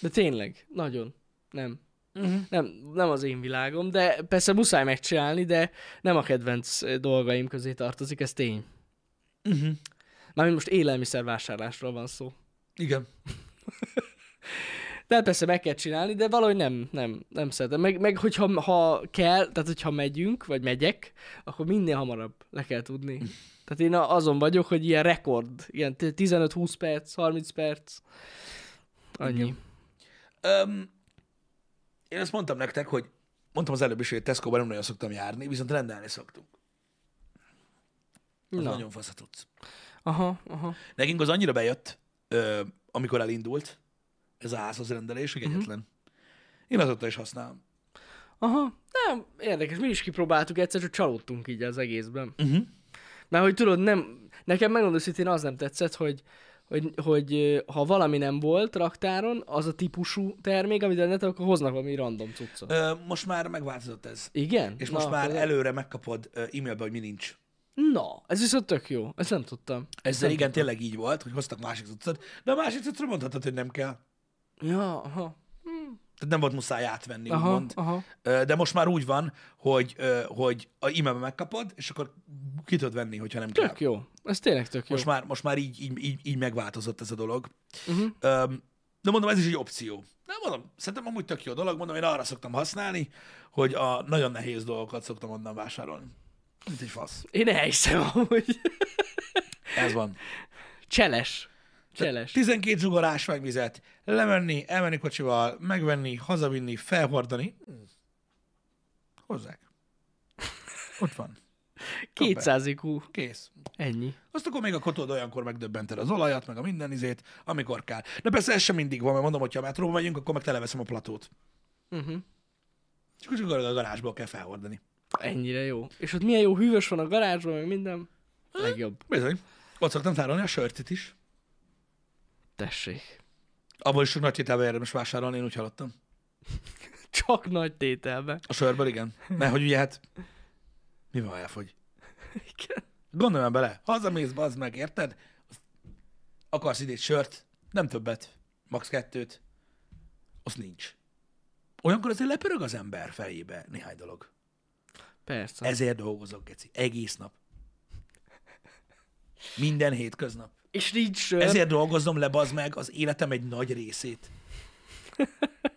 S2: De tényleg, nagyon. Nem. Uh-huh. Nem, nem az én világom, de persze muszáj megcsinálni, de nem a kedvenc eh, dolgaim közé tartozik, ez tény. Uh-huh.
S1: Mhm.
S2: Mármint most élelmiszervásárlásról van szó.
S1: Igen.
S2: Tehát persze meg kell csinálni, de valahogy nem, nem, nem szeretem. Meg, meg hogyha ha kell, tehát hogyha megyünk, vagy megyek, akkor minél hamarabb le kell tudni. Tehát én a- azon vagyok, hogy ilyen rekord, ilyen 15-20 perc, 30 perc, annyi.
S1: Öm, én azt mondtam nektek, hogy mondtam az előbb is, hogy Tesco-ban nem nagyon szoktam járni, viszont rendelni szoktunk. Az
S2: Na.
S1: nagyon fasz a tudsz.
S2: Aha, aha.
S1: Nekünk az annyira bejött, ö, amikor elindult ez a házhoz rendelés,
S2: Mhm.
S1: hogy egyetlen. Én azóta is használom.
S2: Aha, nem, érdekes, mi is kipróbáltuk egyszer, csak csalódtunk így az egészben.
S1: Mhm.
S2: Mert hogy tudod, nem, nekem megmondom őszintén az nem tetszett, hogy, hogy, hogy ö, ha valami nem volt raktáron, az a típusú termék, amit rendeltem, akkor hoznak valami random cuccot.
S1: Ö, most már megváltozott ez.
S2: Igen?
S1: És most már
S2: akkor-
S1: előre megkapod ö, e-mailbe, hogy mi nincs.
S2: Na, ez viszont tök jó. Ezt nem tudtam.
S1: Ezzel igen, tényleg így volt, hogy hoztak másik cuccot, de a másik cuccra mondhatod, hogy nem kell.
S2: Ja, aha.
S1: Tehát nem volt muszáj átvenni, aha,
S2: Aha,
S1: úgymond. Aha.
S2: aha.
S1: De most már úgy van, hogy, ö, hogy a e-mailbe megkapod, és akkor ki tudod venni, hogyha nem kell.
S2: Tök jó. Ez tényleg tök jó.
S1: Most már, most már így, így, így, így megváltozott ez a dolog.
S2: Mhm.
S1: Uh-huh. De mondom, ez is egy opció. Nem mondom, szerintem amúgy tök jó dolog, mondom, én arra szoktam használni, hogy a nagyon nehéz dolgokat szoktam onnan vásárolni. Mint egy fasz.
S2: Én elhiszem [LAUGHS] amúgy.
S1: Ez van.
S2: Cseles. Cseles.
S1: 12 zsugar ásványvizet, lemenni, elmenni kocsival, megvenni, hazavinni, felhordani. Hm. Hozzák. Ott van.
S2: 200 IQ.
S1: Kész.
S2: Ennyi.
S1: Azt akkor még a kotod olyankor megdöbbented az olajat, meg a minden izét, amikor kell. De persze ez sem mindig van, mert mondom, hogyha a metróba megyünk, akkor meg televeszem a platót.
S2: Uh-huh.
S1: Csak úgy a garázsból kell felhordani.
S2: Ennyire jó. És ott milyen jó hűvös van a garázsban, meg minden. Legjobb.
S1: Bizony. Ott szoktam tárolni a sörtit is.
S2: Tessék.
S1: Abból is sok nagy tételben érdemes vásárolni, én úgy hallottam.
S2: Csak nagy tételben.
S1: A sörből igen. Mert hogy ugye hát mi van, ha elfogy?
S2: Igen.
S1: Gondolj már bele, hazamész, bazd meg, érted? Akarsz idét sört, nem többet, max. kettőt, az nincs. Olyankor azért lepörög az ember fejébe néhány dolog.
S2: Persze.
S1: Ezért dolgozok, Geci. Egész nap. Minden hétköznap.
S2: És nincs sör.
S1: Ezért dolgozom le, bazd meg, az életem egy nagy részét.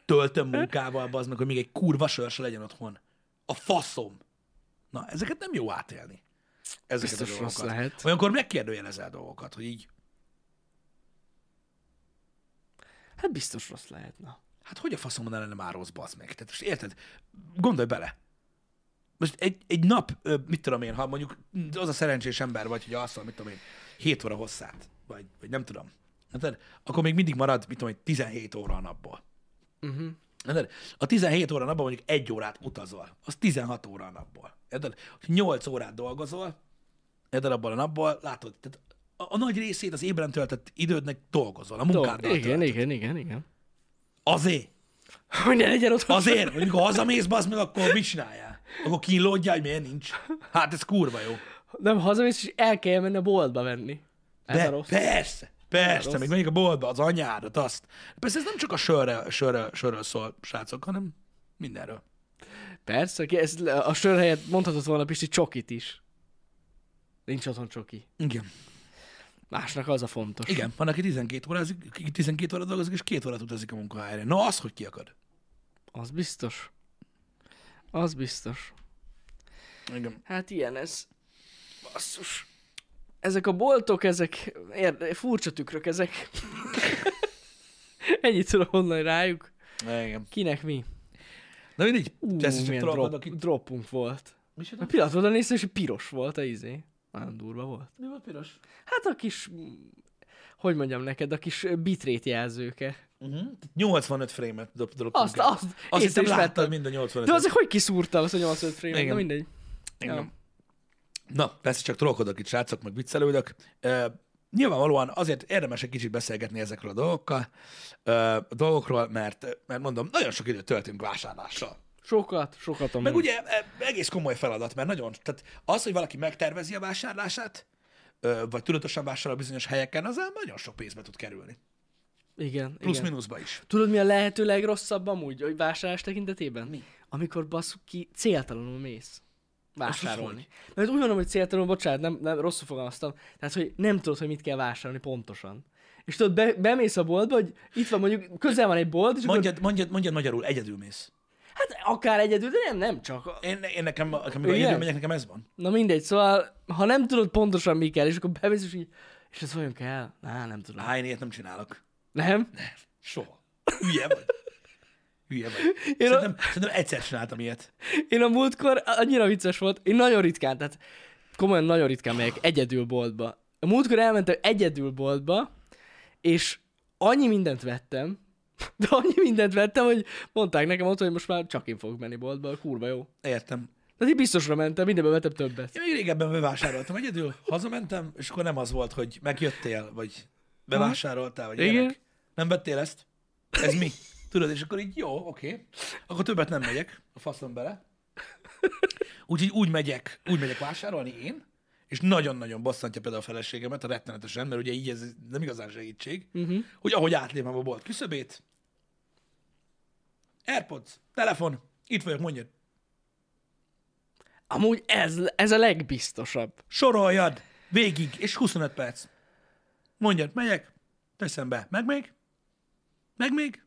S1: Töltöm munkával, bazd meg, hogy még egy kurva sör se legyen otthon. A faszom. Na, ezeket nem jó átélni. Ezeket
S2: Biztos
S1: a
S2: rossz
S1: dolgokat.
S2: lehet.
S1: Olyankor megkérdőjelezel dolgokat, hogy így,
S2: Hát biztos rossz lehet, na.
S1: hát hogy a faszomon lenne már rossz, bazd meg. Tehát most érted? Gondolj bele. Most egy, egy nap, ö, mit tudom én, ha mondjuk az a szerencsés ember vagy, hogy alszol, mit tudom én, 7 óra hosszát, vagy, vagy nem tudom. Hát, akkor még mindig marad, mit tudom én, 17 óra a napból.
S2: Uh-huh.
S1: Érted? A 17 óra napban mondjuk egy órát utazol, az 16 óra a napból. Érted? Ha 8 órát dolgozol, érted abban a napból, látod, tehát a, a nagy részét az ébren töltött idődnek dolgozol, a munkáddal
S2: igen,
S1: igen,
S2: igen,
S1: igen.
S2: igen, igen, igen.
S1: Azért,
S2: Hogy ne legyen otthon.
S1: azért, hogy mikor hazamész, bazd meg, akkor mit csináljál? Akkor kínlódjál, hogy miért nincs? Hát ez kurva jó.
S2: Nem, hazamész, és el kell menni a boltba venni. Ez a
S1: De
S2: rossz.
S1: persze, persze,
S2: rossz.
S1: még megyek a boltba, az anyádat, azt. Persze ez nem csak a sörre, sörre, sörről szól, srácok, hanem mindenről.
S2: Persze, ki- ez, a sör helyett mondhatott volna Pisti csokit is. Nincs otthon csoki.
S1: Igen.
S2: Másnak az a fontos.
S1: Igen, van, aki 12 órázik, aki 12 óra dolgozik, és két órát utazik a munkahelyre. Na, az, hogy kiakad.
S2: Az biztos. Az biztos.
S1: Igen.
S2: Hát ilyen ez. Basszus. Ezek a boltok, ezek érde, furcsa tükrök, ezek. [LAUGHS] Ennyit tudok mondani rájuk.
S1: Igen.
S2: Kinek mi?
S1: Na mindegy,
S2: Ú,
S1: ezt is csak
S2: milyen
S1: trollkodok
S2: drop,
S1: itt.
S2: dropunk volt. A
S1: Micsoda?
S2: pillanat oda néztem, és piros volt a izé. Nagyon durva volt.
S1: Mi volt piros?
S2: Hát a kis, mm, hogy mondjam neked, a kis ö, bitrate jelzőke.
S1: Uh-huh. 85 frame-et dob, dob,
S2: Mhm. Azt, azt,
S1: azt
S2: észre
S1: hiszem,
S2: is
S1: láttad
S2: vettem.
S1: mind a 85
S2: De azért hogy kiszúrtam azt a 85 frame
S1: Igen.
S2: Na mindegy.
S1: Igen.
S2: Ja.
S1: Na, persze csak trollkodok itt, srácok, meg viccelődök. Uh, nyilvánvalóan azért érdemes egy kicsit beszélgetni ezekről a dolgokkal, uh, a dolgokról, mert, mert mondom, nagyon sok időt töltünk vásárlással.
S2: Sokat, sokat amúgy.
S1: Meg ugye e, egész komoly feladat, mert nagyon, tehát az, hogy valaki megtervezi a vásárlását, ö, vagy tudatosan vásárol bizonyos helyeken, az ám nagyon sok pénzbe tud kerülni.
S2: Igen,
S1: Plusz
S2: igen.
S1: mínuszba is.
S2: Tudod, mi a lehető legrosszabb amúgy, hogy vásárlás tekintetében? Mi? Amikor basszuk ki, céltalanul mész vásárolni. Mert úgy mondom, hogy céltalanul, bocsánat, nem, nem, rosszul fogalmaztam. Tehát, hogy nem tudod, hogy mit kell vásárolni pontosan. És tudod, be, bemész a boltba, hogy itt van mondjuk, közel van egy bolt, és akkor,
S1: Mondjad, mondjad, mondjad magyarul, egyedül mész.
S2: hát akár egyedül, de nem, nem csak.
S1: Én, én nekem, amikor
S2: Igen?
S1: egyedül megyek, nekem ez van.
S2: Na mindegy, szóval, ha nem tudod pontosan mi kell, és akkor bemész, és így, és ez vajon kell? Á, nem tudom.
S1: Á, én ilyet nem csinálok.
S2: Nem?
S1: Soha. Hülye vagy. Hülye vagy.
S2: Én a-
S1: Szerintem, szerintem egyszer csináltam ilyet.
S2: Én a múltkor annyira vicces volt, én nagyon ritkán, tehát komolyan nagyon ritkán megyek egyedül boltba. A múltkor elmentem egyedül boltba, és annyi mindent vettem, [LAUGHS] de annyi mindent vettem, hogy mondták nekem ott, hogy most már csak én fogok menni boltba, kurva jó.
S1: Értem.
S2: Tehát így biztosra mentem, mindenben vettem többet.
S1: Én még régebben bevásároltam egyedül, hazamentem, és akkor nem az volt, hogy megjöttél, vagy bevásároltál, vagy
S2: Igen.
S1: ilyenek. Nem vettél ezt? Ez mi? Tudod, és akkor így jó, oké. Akkor többet nem megyek a faszom bele. Úgyhogy úgy megyek, úgy megyek vásárolni én, és nagyon-nagyon bosszantja például a feleségemet, a rettenetesen, mert ugye így ez nem igazán segítség, uh-huh. hogy ahogy átlépem a bolt küszöbét, Airpods, telefon, itt vagyok, mondjad,
S2: Amúgy ez, ez a legbiztosabb.
S1: soroljad végig, és 25 perc. Mondjad, megyek, teszem be, meg még, meg még,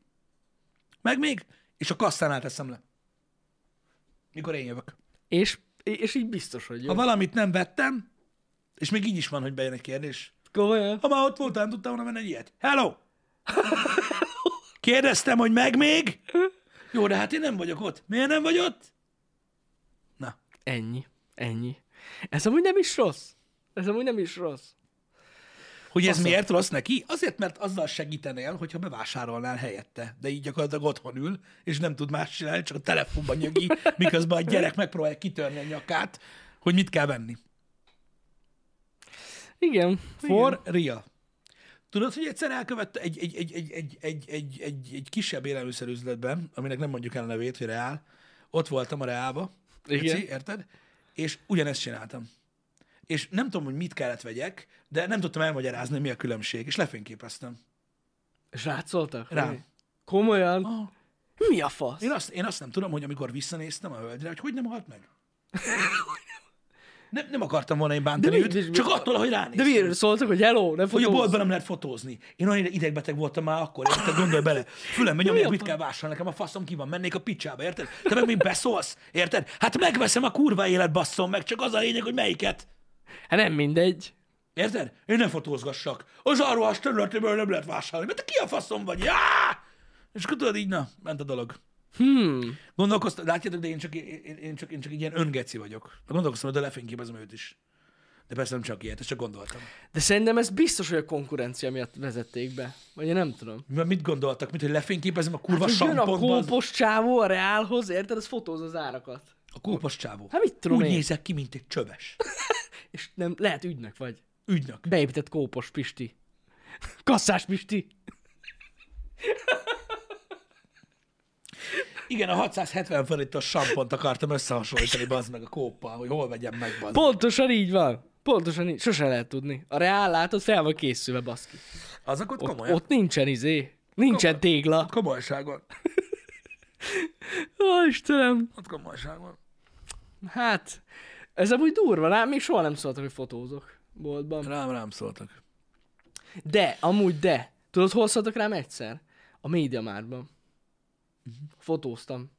S1: meg még, és a kasszánál teszem le. Mikor én jövök.
S2: És, és így biztos, hogy jó.
S1: Ha valamit nem vettem, és még így is van, hogy bejön egy kérdés.
S2: Komolyan?
S1: Ha már ott voltam, nem tudtam volna menni egy ilyet. Hello! Kérdeztem, hogy meg még? Jó, de hát én nem vagyok ott. Miért nem vagy ott? Na,
S2: Ennyi. Ennyi. Ez amúgy nem is rossz. Ez amúgy nem is rossz.
S1: Hogy ez
S2: Faszom.
S1: miért rossz neki? Azért, mert azzal segítenél, hogyha bevásárolnál helyette. De így gyakorlatilag otthon ül, és nem tud más csinálni, csak a telefonban nyögi, miközben a gyerek megpróbálja kitörni a nyakát, hogy mit kell venni.
S2: Igen. For...
S1: For real. Tudod, hogy egyszer elkövette egy, egy, egy, egy, egy, egy, egy, egy, egy kisebb élelmiszerüzletben, aminek nem mondjuk el a nevét, hogy Reál, ott voltam a Reálba,
S2: Igen.
S1: Geci, érted? És ugyanezt csináltam. és nem tudom, hogy mit kellett vegyek, de nem tudtam elmagyarázni, mi a különbség, és lefényképeztem.
S2: És rád szóltak?
S1: Rám.
S2: Hogy Komolyan?
S1: Ah.
S2: Mi a fasz?
S1: Én azt, én azt nem tudom, hogy amikor visszanéztem a hölgyre, hogy hogy nem halt meg. Nem, nem akartam volna én bántani
S2: mi-
S1: őt,
S2: de mi-
S1: csak attól, hogy
S2: De
S1: ránéztem.
S2: miért szóltak, hogy hello,
S1: hogy
S2: ne
S1: a
S2: fotózz?
S1: boltban nem lehet fotózni. Én olyan idegbeteg voltam már akkor, érted? Gondolj bele. Fülembe nyomják,
S2: Mi a
S1: mit kell vásárolni nekem, a faszom ki van, mennék a picsába, érted? Te meg még beszólsz, érted? Hát megveszem a kurva élet, basszom meg, csak az a lényeg, hogy melyiket.
S2: Hát nem mindegy.
S1: Érted? Én nem fotózgassak. Az arruhás területéből nem lehet vásárolni, mert te ki a faszom vagy? Já! És akkor tudod így, na, ment a dolog.
S2: Hmm.
S1: Gondolkoztam, látjátok, de én csak, én, én, csak, én csak egy ilyen öngeci vagyok. Gondolkoztam, hogy de lefényképezem őt is. De persze nem csak ilyet, ezt csak gondoltam.
S2: De szerintem ez biztos, hogy a konkurencia miatt vezették be. Vagy én nem tudom.
S1: Mert mit gondoltak? Mint, hogy lefényképezem a kurva hát,
S2: Hogy jön a
S1: samponban? A,
S2: kópos csávó a Reálhoz, érted? Ez fotóz az árakat.
S1: a kópos csávó.
S2: Hát mit tudom
S1: Úgy
S2: én.
S1: nézek ki, mint egy csöves.
S2: És nem, lehet ügynök vagy.
S1: Ügynök.
S2: Beépített kópos Pisti. [LAUGHS] Kasszás Pisti.
S1: Igen, a 670 forintos sampont akartam összehasonlítani, bazd meg a kóppal, hogy hol vegyem meg, bazd.
S2: Pontosan így van. Pontosan így. Sose lehet tudni. A Reál látod, fel van készülve, baszki.
S1: Azok ott,
S2: Ott,
S1: komolyan. Ott...
S2: ott nincsen izé. Nincsen tégla.
S1: Komolyságon.
S2: Ó, Istenem.
S1: Ott komolyságon.
S2: Hát, ez amúgy durva, rám még soha nem szóltak, hogy fotózok boltban.
S1: Rám, rám szóltak.
S2: De, amúgy de. Tudod, hol szóltak rám egyszer? A média márban. Fotóztam.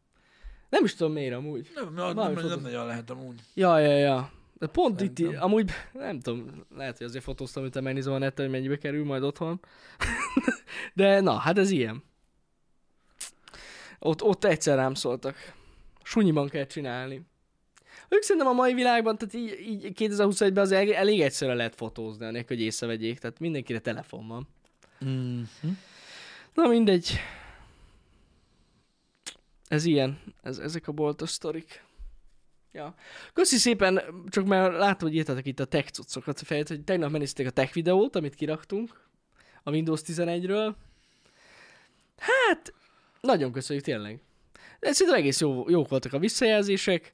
S2: Nem is tudom miért amúgy.
S1: Nem, nem, nem,
S2: Valami
S1: nem,
S2: fotóz-
S1: nagyon lehet amúgy.
S2: Ja, ja, ja. De pont itt,
S1: Szerintem.
S2: amúgy [LAUGHS] nem tudom, lehet, hogy azért fotóztam, hogy te megnézem a neten, hogy mennyibe kerül majd otthon. [LAUGHS] De na, hát ez ilyen. Ott, ott egyszer rám szóltak. Sunyiban kell csinálni. Ők szerintem a mai világban, tehát így, így 2021-ben az el- elég egyszerűen lehet fotózni, anélkül, hogy észrevegyék, tehát mindenkire telefon van.
S1: Mm.
S2: Na mindegy. Ez ilyen. Ez, ezek a boltos sztorik. Ja. Köszi szépen, csak mert látom, hogy írtatok itt a tech cuccokat a fejét, hogy tegnap megnézték a tech videót, amit kiraktunk a Windows 11-ről. Hát, nagyon köszönjük tényleg. De Szerintem egész jó, jók voltak a visszajelzések.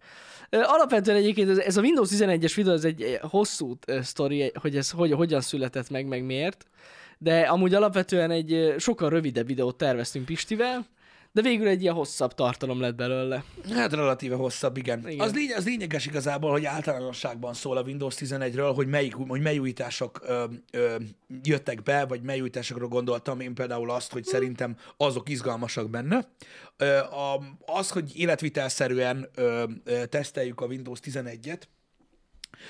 S2: Ö, Alapvetően egyébként ez, ez a Windows 11-es videó, ez egy eh, hosszú eh, sztori, hogy ez hogy, hogyan született meg, meg miért. De amúgy alapvetően egy ö, sokkal rövidebb videót terveztünk Pistivel, de végül egy ilyen hosszabb tartalom lett belőle.
S1: Hát relatíve hosszabb, igen.
S2: Igen.
S1: igen. Az, lény- az lényeges igazából, hogy általánosságban szól a Windows 11-ről, hogy, melyik, hogy mely újítások ö, ö, jöttek be, vagy mely újításokra gondoltam. Én például azt,
S2: Hm.
S1: hogy szerintem azok izgalmasak benne. Ö, a, az, hogy életvitelszerűen ö, ö, teszteljük a Windows 11-et,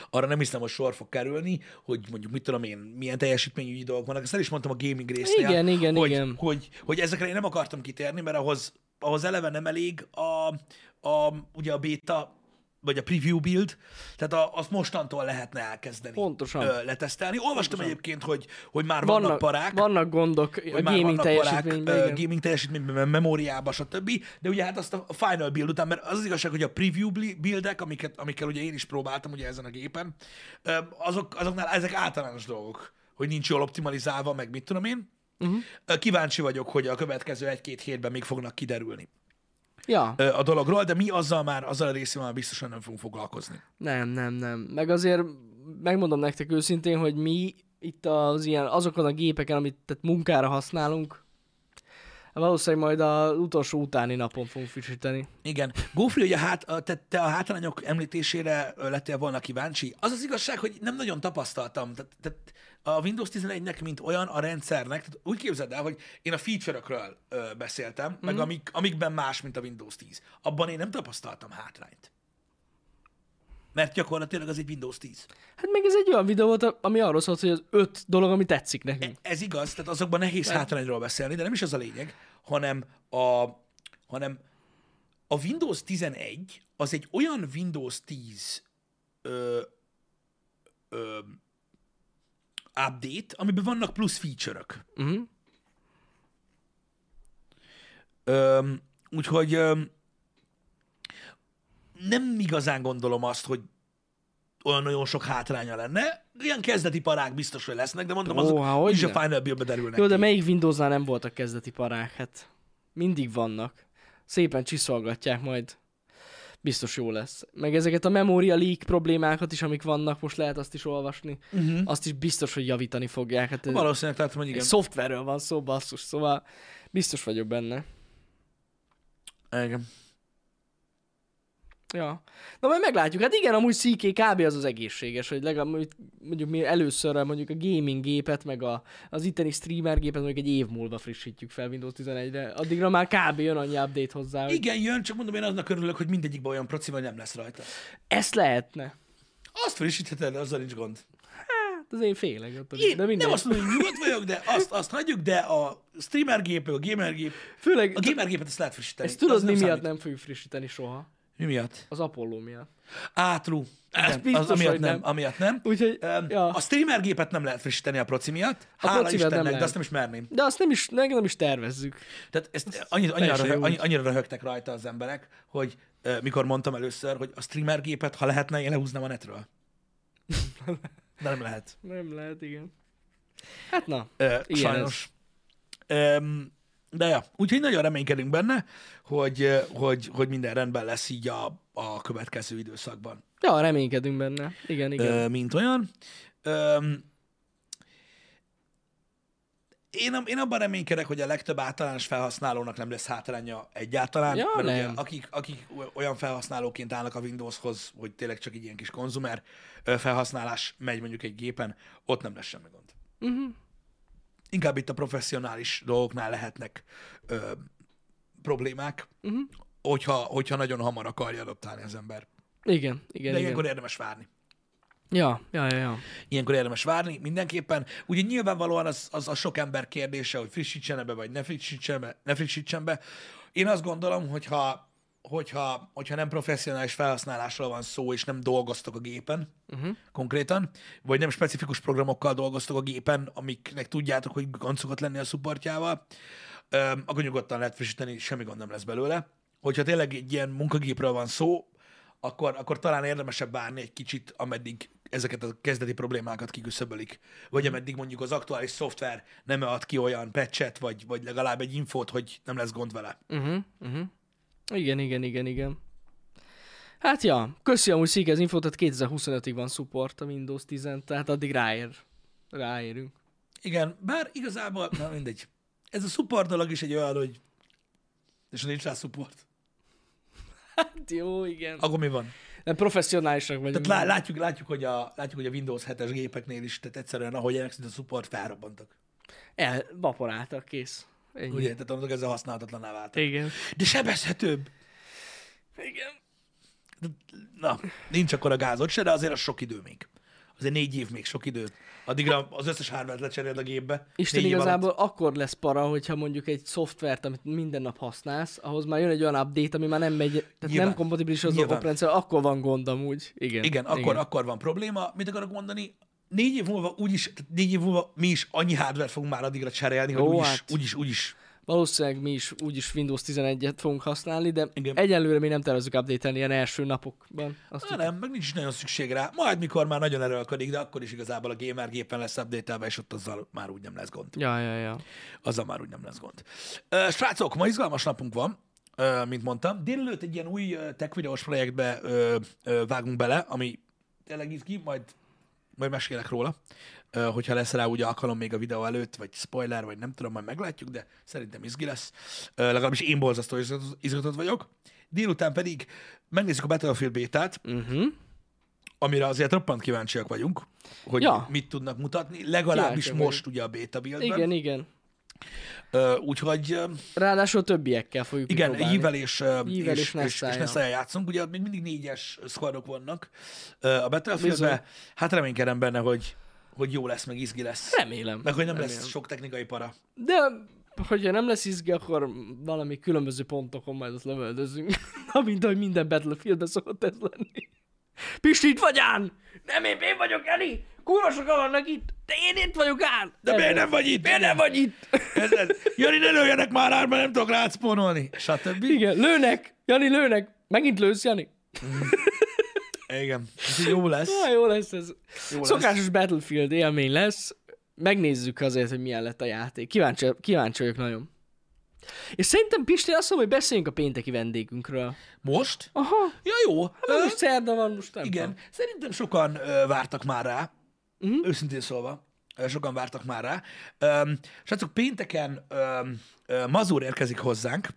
S1: arra nem hiszem, hogy sor fog kerülni, hogy mondjuk mit tudom én, milyen teljesítményügyi dolgok vannak. Ezt el is mondtam a gaming résznél.
S2: Igen, igen,
S1: hogy,
S2: igen.
S1: Hogy, hogy ezekre én nem akartam kitérni, mert ahhoz, ahhoz eleve nem elég a, a, ugye a beta, vagy a preview build, tehát a, azt mostantól lehetne elkezdeni
S2: Pontosan.
S1: Ö, letesztelni. Olvastam egyébként, hogy, hogy már vannak, parák,
S2: vannak gondok a
S1: hogy már
S2: gaming
S1: vannak parák
S2: teljesítményben.
S1: ö,
S2: igen.
S1: gaming teljesítményben, memóriában, stb. De ugye hát azt a final build után, mert az, az igazság, hogy a preview bli- buildek, amiket, amikkel ugye én is próbáltam ugye ezen a gépen, ö, azok, azoknál ezek általános dolgok, hogy nincs jól optimalizálva, meg mit tudom én.
S2: Mhm.
S1: Uh-huh. Kíváncsi vagyok, hogy a következő egy-két hétben még fognak kiderülni
S2: Ja,
S1: ö, a dologról, de mi azzal már, azzal a részével már biztosan nem fogunk foglalkozni.
S2: nem, nem, nem. Meg azért megmondom nektek őszintén, hogy mi itt az ilyen, azokon a gépeken, amit tehát munkára használunk, valószínűleg majd az utolsó utáni napon fogunk frissíteni.
S1: Igen. Gófri, hogy a hát, a, te, te a hátrányok említésére ö, lettél volna kíváncsi. Az az igazság, hogy nem nagyon tapasztaltam. Tehát, tehát a Windows 11-nek, mint olyan a rendszernek, tehát úgy képzeld el, hogy én a feature-ökről ö, beszéltem, mm. meg amik, amikben más, mint a Windows 10. Abban én nem tapasztaltam hátrányt. Mert gyakorlatilag az egy Windows 10.
S2: Hát meg ez egy olyan videó volt, ami arról szólt, hogy az öt dolog, ami tetszik nekünk.
S1: Ez igaz, tehát azokban nehéz hátrányról beszélni, de nem is az a lényeg, hanem a, hanem a Windows 11 az egy olyan Windows 10 ö, ö, update, amiben vannak plusz feature-ök.
S2: Uh-huh.
S1: Öm, úgyhogy öm, nem igazán gondolom azt, hogy olyan nagyon sok hátránya lenne. Ilyen kezdeti parák biztos, hogy lesznek, de mondom,
S2: Ó,
S1: azok
S2: há,
S1: is a
S2: hogyne.
S1: Final Bill-be derülnek.
S2: Jó,
S1: ki.
S2: de melyik Windowsnál nem voltak kezdeti parák? Hát mindig vannak. Szépen csiszolgatják majd. biztos jó lesz. Meg ezeket a memória leak problémákat is, amik vannak, most lehet azt is olvasni, uh-huh. azt is biztos, hogy javítani fogják. Hát ez,
S1: Mhm. Valószínűleg láttam, hogy
S2: egy
S1: igen.
S2: szoftverről van szó, basszus, szóval biztos vagyok benne.
S1: igen.
S2: Ja. Na majd meglátjuk. Hát igen, amúgy CK kb. az az egészséges, hogy legalább mondjuk- mondjuk mi először mondjuk a gaming gépet, meg a, az itteni streamer gépet mondjuk egy év múlva frissítjük fel Windows 11-re. Addigra már kb. jön annyi update hozzá, hogy
S1: Igen, jön, csak mondom, én aznak örülök, hogy mindegyikben olyan proci vagy nem lesz rajta.
S2: ezt lehetne.
S1: Azt frissítheted, azzal nincs gond.
S2: Hát az én félek attól, is,
S1: Én
S2: de
S1: de
S2: minden.
S1: nem azt mondom, hogy nyugodt vagyok, de azt, azt hagyjuk, de a streamer gép, a gamer gép,
S2: Főleg,
S1: a gamer gépet azt lehet frissíteni.
S2: ezt tudod,
S1: Az
S2: mi miatt
S1: számít.
S2: nem fogjuk frissíteni soha?
S1: Mi miatt?
S2: Az Apollo miatt.
S1: Á, true. Igen,
S2: biztos,
S1: az, amiatt
S2: hogy
S1: nem.
S2: nem.
S1: Amiatt nem.
S2: Úgyhogy,
S1: Um,
S2: ja.
S1: A streamer gépet nem lehet frissíteni a proci miatt. Hála
S2: procivel nem
S1: Istennek, de
S2: lehet.
S1: azt nem is merném.
S2: De azt nem is, meg nem is tervezzük.
S1: Tehát ezt annyira, annyira,
S2: teljesen
S1: röhög,
S2: jó
S1: annyi- annyira röhögtek rajta az emberek, hogy ö, mikor mondtam először, hogy a streamer gépet, ha lehetne, én lehúznám a
S2: [LAUGHS]
S1: netről. De nem lehet.
S2: Nem lehet, igen. Hát na,
S1: Ö,
S2: Ilyen
S1: sajnos. Öm, de ja, úgyhogy nagyon reménykedünk benne, hogy, ö, hogy, hogy minden rendben lesz így a, a következő időszakban.
S2: ja, reménykedünk benne. Igen, igen.
S1: ö, mint olyan. Öm, én, ab- én abban reménykedek, hogy a legtöbb általános felhasználónak nem lesz hátránya egyáltalán,
S2: Ja,
S1: mert
S2: nem.
S1: Ugye, akik, akik o- olyan felhasználóként állnak a Windowshoz, hogy tényleg csak egy ilyen kis konzumer ö, felhasználás megy mondjuk egy gépen, ott nem lesz semmi gond. Uh-huh.
S2: Mhm.
S1: Inkább itt a professzionális dolgoknál lehetnek ö, problémák,
S2: Mhm.
S1: uh-huh. hogyha, hogyha nagyon hamar akarja adaptálni az ember.
S2: Igen, igen,
S1: De
S2: igen.
S1: ilyenkor érdemes várni
S2: Ja, ja, ja, ja.
S1: ilyenkor érdemes várni mindenképpen. Ugye nyilvánvalóan az, az a sok ember kérdése, hogy frissítsen be, vagy ne frissítsen be. Ne frissítsen be. Én azt gondolom, hogyha, hogyha, hogyha nem professzionális felhasználásról van szó, és nem dolgoztok a gépen uh-huh. konkrétan, vagy nem specifikus programokkal dolgoztok a gépen, amiknek tudjátok, hogy gond szokott lenni a supportjával, öm, akkor nyugodtan lehet frissíteni, semmi gond nem lesz belőle. Hogyha tényleg egy ilyen munkagépről van szó, akkor, akkor talán érdemesebb várni egy kicsit, ameddig ezeket a kezdeti problémákat kiküszöbölik. Vagy ameddig mondjuk az aktuális szoftver nem ad ki olyan patchet, vagy, vagy legalább egy infót, hogy nem lesz gond vele.
S2: Uh-huh, uh-huh. Igen, igen, igen, igen. Hát ja, köszi amúgy Szik az infót, tehát 2025-ig van support a Windows 10 tehát addig ráér. Ráérünk. [LAUGHS]
S1: Igen, bár igazából, na mindegy. Ez a support dolog is egy olyan, hogy és ha nincs rá support,
S2: Hát jó, igen.
S1: akkor mi van?
S2: Nem professzionálisnak vagyunk.
S1: Tehát lá- látjuk, látjuk, hogy a, látjuk, hogy a Windows 7-es gépeknél is, tehát egyszerűen, ahogy elkezdett a support, felrobbantak.
S2: El, vaporáltak, kész. Ennyi.
S1: Ugye, tehát annak ezzel használhatatlaná vált.
S2: Igen.
S1: De sebezhetőbb.
S2: Igen.
S1: Na, nincs akkor a gázod se, de azért az sok idő még. Azért négy év még sok idő. Addigra az összes hardware lecseréled a gépbe.
S2: Isten
S1: Négy év
S2: igazából
S1: alatt.
S2: alatt. akkor lesz para, hogyha mondjuk egy szoftvert, amit minden nap használsz, ahhoz már jön egy olyan update, ami már nem megy, tehát
S1: Nyilván.
S2: nem kompatibilis az
S1: Nyilván.
S2: oprendszer, akkor van gond amúgy. Igen.
S1: Igen, akkor, akkor van probléma. Mit akarok mondani? Négy év múlva úgyis, tehát négy év múlva mi is annyi hardware fogunk már addigra cserélni, hogy
S2: Jó,
S1: úgyis,
S2: hát.
S1: úgyis, úgyis.
S2: Valószínűleg mi is úgyis Windows 11-et fogunk használni, de
S1: Igen.
S2: Igen. egyelőre mi nem tervezünk update ilyen első napokban. Azt
S1: Na, nem, meg nincs is nagyon szükség rá. Majd, mikor már nagyon erőlködik, de akkor is igazából a gamer gépen lesz update és ott azzal már úgy nem lesz gond.
S2: Ja, ja, ja.
S1: azzal már úgy nem lesz gond. Ö, Srácok, ma izgalmas napunk van, ö, mint mondtam. Délelőtt egy ilyen új ö, tech videós projektbe ö, ö, vágunk bele, ami tényleg izgi, majd, majd mesélek róla, Ö, hogyha lesz rá úgy alkalom még a videó előtt, vagy spoiler, vagy nem tudom, majd meglátjuk, de szerintem izgi lesz. Ö, Legalábbis én borzasztó izgatott- izgatott vagyok. Délután pedig megnézzük a Battlefield bétát,
S2: Uh-huh.
S1: amire azért roppant kíváncsiak vagyunk, hogy
S2: Ja.
S1: ja. mit tudnak mutatni, legalábbis
S2: Kíváncsiak vagyunk.
S1: most ugye a beta buildben.
S2: Igen, igen.
S1: Ö, Úgyhogy ö,
S2: Ráadásul többiekkel fogjuk
S1: igen,
S2: kipróbálni.
S1: Jivel és, ö,
S2: Jivel
S1: és, és,
S2: és
S1: és, és
S2: Nessai-jal.
S1: Nessai játszunk. Ugye ott még mindig négyes squadok vannak ö, a Battlefieldben.
S2: Bizony.
S1: Hát reménykedem benne, hogy, hogy jó lesz, meg izgi lesz.
S2: Remélem.
S1: Meg hogy nem
S2: remélem.
S1: lesz sok technikai para.
S2: De hogyha nem lesz izgi, akkor valami különböző pontokon majd azt lövöldözünk. [LAUGHS] Amint ahogy minden Battlefieldben szokott ez lenni. Pisti, itt vagy Án! Nem én, én vagyok Eli! Kurva sokan vannak itt! De én itt vagyok Án!
S1: De miért nem vagy itt? Miért nem vagy
S2: itt? [LAUGHS]
S1: Ez, ez. Jani, ne lőjenek már rá, mert nem tudok rád spónolni. Stb.
S2: Igen, lőnek! Jani, lőnek! Megint lősz, Jani?
S1: Igen. Úgyhogy jó lesz.
S2: Na, jó lesz ez.
S1: Jó
S2: Jó
S1: lesz.
S2: Szokásos lesz. Battlefield élmény lesz. Megnézzük azért, hogy milyen lett a játék. Kíváncsi, kíváncsi vagyok nagyon. És szerintem Pisti azt mondom, hogy beszéljünk a pénteki vendégünkről.
S1: Most?
S2: Aha,
S1: Ja, jó.
S2: Hát nem
S1: Ö,
S2: most szerda van, most nem
S1: igen.
S2: tudom.
S1: Szerintem sokan ö, vártak már rá. Uh-huh. Őszintén szólva. Ö, Sokan vártak már rá. Öm, srácok, pénteken öm, ö, Mazur érkezik hozzánk,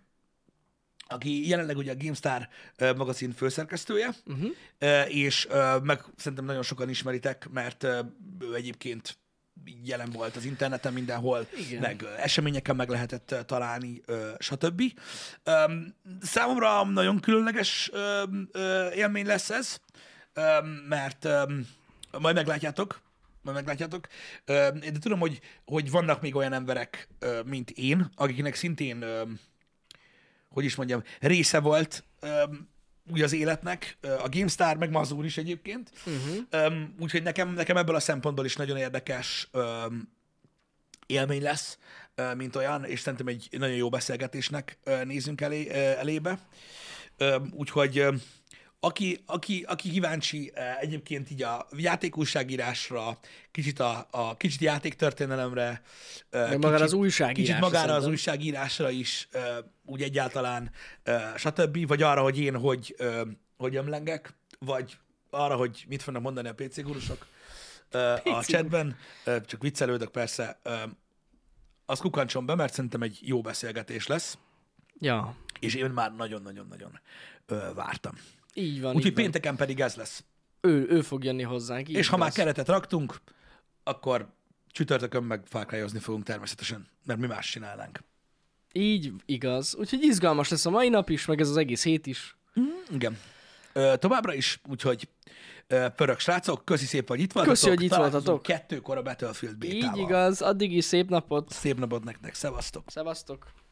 S1: aki jelenleg ugye a GameStar ö, magazin főszerkesztője, uh-huh. ö, és ö, meg szerintem nagyon sokan ismeritek, mert ö, ő egyébként jelen volt az interneten mindenhol,
S2: Igen.
S1: meg ö, eseményeken meg lehetett ö, találni, ö, stb. Öm, Számomra nagyon különleges öm, ö, élmény lesz ez, öm, mert öm, majd meglátjátok, majd meglátjátok. Öm, De tudom, hogy, hogy vannak még olyan emberek, ö, mint én, akiknek szintén öm, hogy is mondjam, része volt öm, úgy az életnek, ö, a GameStar, meg Mazur is egyébként.
S2: Mhm.
S1: Uh-huh. Öm, úgyhogy nekem, nekem ebből a szempontból is nagyon érdekes öm, élmény lesz, ö, mint olyan, és szerintem egy nagyon jó beszélgetésnek ö, nézünk elé, ö, elébe. Öm, Úgyhogy öm, aki, aki, aki kíváncsi ö, egyébként így a játékújságírásra, kicsit a, a kicsit játéktörténelemre, ö,
S2: Meg magára az újságírásra
S1: Kicsit magára az
S2: szerintem.
S1: újságírásra is, ö, úgy egyáltalán, ö, stb. Vagy arra, hogy én hogy, ö, hogy ömlengek, vagy arra, hogy mit fognak mondani a PC gurusok ö, a chatben. Ö, Csak viccelődök persze. Ö, Az kukancson be, mert szerintem egy jó beszélgetés lesz,
S2: Ja,
S1: és én már nagyon-nagyon-nagyon ö, vártam.
S2: így van.
S1: Úgyhogy
S2: így van.
S1: pénteken pedig ez lesz.
S2: Ő, ő fog jönni hozzánk. Így
S1: És ha
S2: igaz.
S1: már keretet raktunk, akkor csütörtökön meg fákrájozni fogunk természetesen, mert mi más csinálnánk.
S2: Így igaz. Úgyhogy izgalmas lesz a mai nap is, meg ez az egész hét is.
S1: Igen. Ö, továbbra is, úgyhogy ö, pörög srácok, köszi szép, hogy itt voltatok.
S2: Köszi, hogy itt
S1: Találkozunk
S2: voltatok.
S1: Kettőkor a Battlefield
S2: Így
S1: bétával.
S2: igaz. Addig is szép napot.
S1: Szép napot nektek, szevasztok.
S2: Szevasztok.